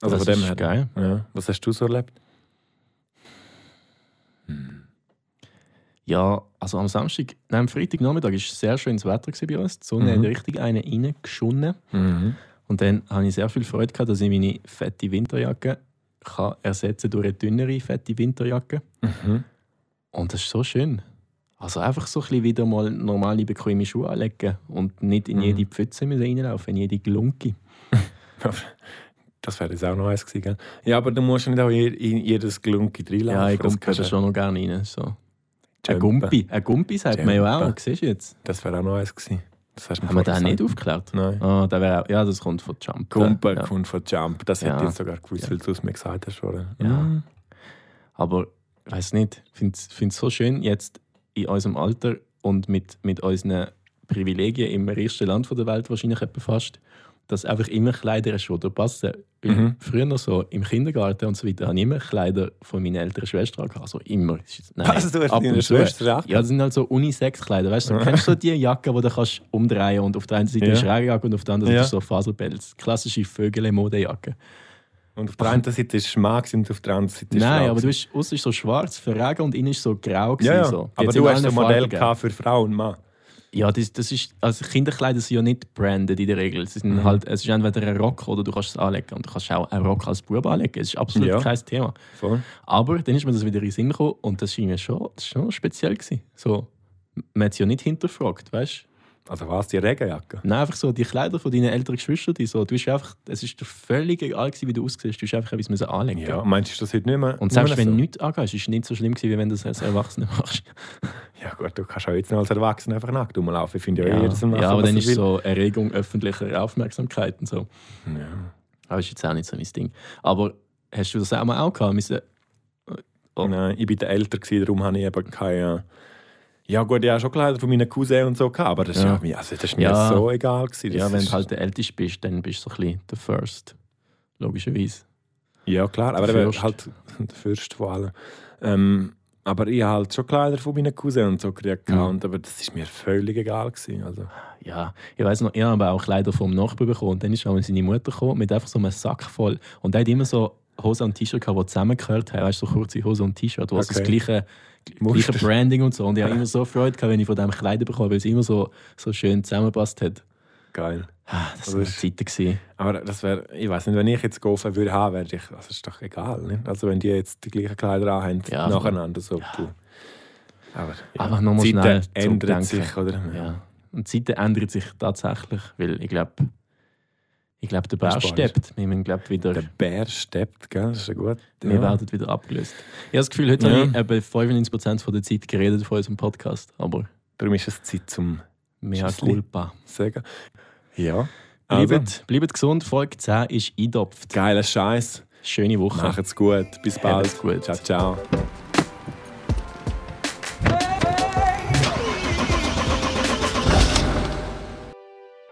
Speaker 3: also
Speaker 1: das
Speaker 3: von dem
Speaker 1: ist
Speaker 3: her.
Speaker 1: geil.
Speaker 3: Ja. Was hast du so erlebt?
Speaker 1: Ja, also am Samstag, nein, am Freitagnachmittag war sehr schönes Wetter gewesen bei uns. Die Sonne
Speaker 3: Mhm.
Speaker 1: hat richtig einen reingeschunden.
Speaker 3: Mhm.
Speaker 1: Und dann hatte ich sehr viel Freude, gehabt, dass ich meine fette Winterjacke kann ersetzen durch eine dünnere, fette Winterjacke.
Speaker 3: Mhm.
Speaker 1: Und das ist so schön. Also einfach so ein bisschen wieder mal normale, bequeme Schuhe anlegen und nicht in
Speaker 3: Mhm.
Speaker 1: jede Pfütze müssen reinlaufen, in jede Glunke.
Speaker 3: Das wäre jetzt auch noch eins gewesen. Gell? Ja, aber du musst ja nicht auch in, in jedes Glunki reinlaufen.
Speaker 1: Ja, ich
Speaker 3: Das
Speaker 1: komme
Speaker 3: gehört-
Speaker 1: schon noch gerne rein. So. Ein
Speaker 3: Jumpen.
Speaker 1: Gumpi, ein Gumpi sagt man ja auch,
Speaker 3: Jumpen.
Speaker 1: siehst du jetzt?
Speaker 3: Das wäre auch noch eins gewesen. Das hast du mir
Speaker 1: Haben wir den
Speaker 3: vorher
Speaker 1: nicht aufgeklärt?
Speaker 3: gesagt. Nein.
Speaker 1: Ah, der wäre auch, ja, das kommt von Jump.
Speaker 3: Gumpen
Speaker 1: ja.
Speaker 3: kommt von Jump. Das hätte
Speaker 1: Ja.
Speaker 3: ich jetzt sogar gewusst, weil du es mir gesagt hast. Oder?
Speaker 1: Ja. Aber ich weiß nicht, ich finde es so schön, jetzt in unserem Alter und mit, mit unseren Privilegien im reichsten Land der Welt wahrscheinlich etwa fast, dass einfach immer Kleider hast, die dir passen. Weil
Speaker 3: Mhm.
Speaker 1: Früher noch so im Kindergarten und so weiter habe ich immer Kleider von meiner älteren Schwester gehabt. Also immer. Das ist- Nein,
Speaker 3: Was, Also, du hast
Speaker 1: ab
Speaker 3: deine
Speaker 1: und zu.
Speaker 3: Schwester auch?
Speaker 1: Ja, das sind halt so Unisex-Kleider. Weißt du, du kennst so die Jacke, die du kannst umdrehen und auf der einen Seite
Speaker 3: Ja.
Speaker 1: eine Schrägjacke und auf der anderen Seite
Speaker 3: Ja.
Speaker 1: so Faserpelz. Klassische Vögele-Modejacke.
Speaker 3: Und auf der einen Seite ist es schmack und auf der anderen Seite ist es
Speaker 1: Nein,
Speaker 3: schwarz.
Speaker 1: aber du bist, aussen ist so schwarz, verregen und innen ist so grau. Gewesen,
Speaker 3: ja, ja.
Speaker 1: so. Die
Speaker 3: aber
Speaker 1: hat's in
Speaker 3: du hast
Speaker 1: allen
Speaker 3: ein Modell
Speaker 1: Farben gegeben.
Speaker 3: gehabt für Frau und Mann.
Speaker 1: Ja, das, das ist, also Kinderkleider sind ja nicht branded in der Regel. Sie sind
Speaker 3: Mhm.
Speaker 1: halt, es ist entweder ein Rock oder du kannst es anlegen. Und du kannst auch einen Rock als Bub anlegen. Es ist absolut
Speaker 3: Ja.
Speaker 1: kein Thema.
Speaker 3: Voll.
Speaker 1: Aber dann ist mir das wieder in den Sinn gekommen und das schien mir schon, das ist schon speziell. Gewesen. So, man hat es ja nicht hinterfragt, weißt du?
Speaker 3: Also was, die Regenjacke?
Speaker 1: Nein, einfach so die Kleider von deinen älteren Geschwistern, die so, du bist einfach, es ist dir völlig egal, gewesen, wie du aussiehst, du hast einfach etwas müssen anlegen
Speaker 3: Ja, meinst du das heute nicht mehr?
Speaker 1: Und
Speaker 3: nicht
Speaker 1: selbst
Speaker 3: mehr
Speaker 1: wenn
Speaker 3: so?
Speaker 1: du nichts angehst, ist es nicht so schlimm, gewesen, wie wenn du das als Erwachsener machst.
Speaker 3: Ja gut, du kannst auch jetzt noch als Erwachsener einfach nackt rumlaufen. Ich finde ja,
Speaker 1: Ja,
Speaker 3: jeder soll machen,
Speaker 1: ja aber
Speaker 3: was
Speaker 1: dann
Speaker 3: er
Speaker 1: ist
Speaker 3: will.
Speaker 1: so Erregung öffentlicher Aufmerksamkeit und so.
Speaker 3: Ja.
Speaker 1: Aber ist jetzt auch nicht so mein Ding. Aber hast du das auch mal auch gehabt? Müssen-
Speaker 3: Nein, ich bin der älter gewesen, darum habe ich eben keine... Ja, gut, ich habe schon Kleider von meinen Cousins und so gehabt, aber das,
Speaker 1: Ja.
Speaker 3: Ist, ja, also, das ist mir
Speaker 1: Ja.
Speaker 3: so egal. Gewesen. Das
Speaker 1: Ja, wenn
Speaker 3: ist-
Speaker 1: du halt der Älteste bist, dann bist du so ein bisschen der First. Logischerweise.
Speaker 3: Ja, klar, aber
Speaker 1: Der
Speaker 3: eben
Speaker 1: Fürst.
Speaker 3: halt der Fürst vor allem. Ähm, aber ich habe halt schon Kleider von meinen Cousins und so gekriegt,
Speaker 1: Mhm.
Speaker 3: und, aber das ist mir völlig egal. Gewesen, also.
Speaker 1: Ja, ich weiß noch, ich habe aber auch Kleider vom Nachbarn bekommen. Und dann ist einmal seine Mutter gekommen mit einfach so einem Sack voll. Und er hat immer so Hose und T-Shirt gehabt, die zusammengehört haben. Weißt du, so kurze Hose und T-Shirt, was das
Speaker 3: Okay.
Speaker 1: gleiche, gleiche
Speaker 3: Muster.
Speaker 1: Branding und so. Und ich habe immer so Freude gehabt, wenn ich von dem Kleider bekommen habe, weil es immer so, so schön zusammengepasst hat.
Speaker 3: Geil.
Speaker 1: Ah, Das
Speaker 3: Das
Speaker 1: waren
Speaker 3: ist-
Speaker 1: Zeiten. gewesen.
Speaker 3: Aber das wäre, ich weiß nicht, wenn ich jetzt Golfen würde haben, wäre ich, das ist doch egal. Ne? Also wenn die jetzt die gleichen Kleider anhaben,
Speaker 1: Ja, voll.
Speaker 3: nacheinander so. du. Aber ja,
Speaker 1: Einfach nochmal
Speaker 3: Zeiten
Speaker 1: schnell zum
Speaker 3: ändert
Speaker 1: Denken.
Speaker 3: sich, oder?
Speaker 1: Ja. Und die Zeiten ändern sich tatsächlich, weil ich glaube, ich glaube, der Bär
Speaker 3: Das ist
Speaker 1: steppt. Wir müssen, glaube wieder...
Speaker 3: Der Bär steppt, gell? Das ist ja gut.
Speaker 1: Wir werden wieder abgelöst. Ich habe das Gefühl, heute
Speaker 3: Ja.
Speaker 1: habe ich etwa 95% von der Zeit geredet von unserem Podcast, aber
Speaker 3: Darum ist es Zeit zum
Speaker 1: mehr
Speaker 3: Schüssli.
Speaker 1: Culpa.
Speaker 3: Sagen. Ja. Also,
Speaker 1: Bleibt, bleibt gesund, Folge 10 ist eingedopft.
Speaker 3: geiler Scheiß.
Speaker 1: Schöne Woche.
Speaker 3: Macht's gut. Bis bald.
Speaker 1: Habt's gut.
Speaker 3: Ciao, ciao.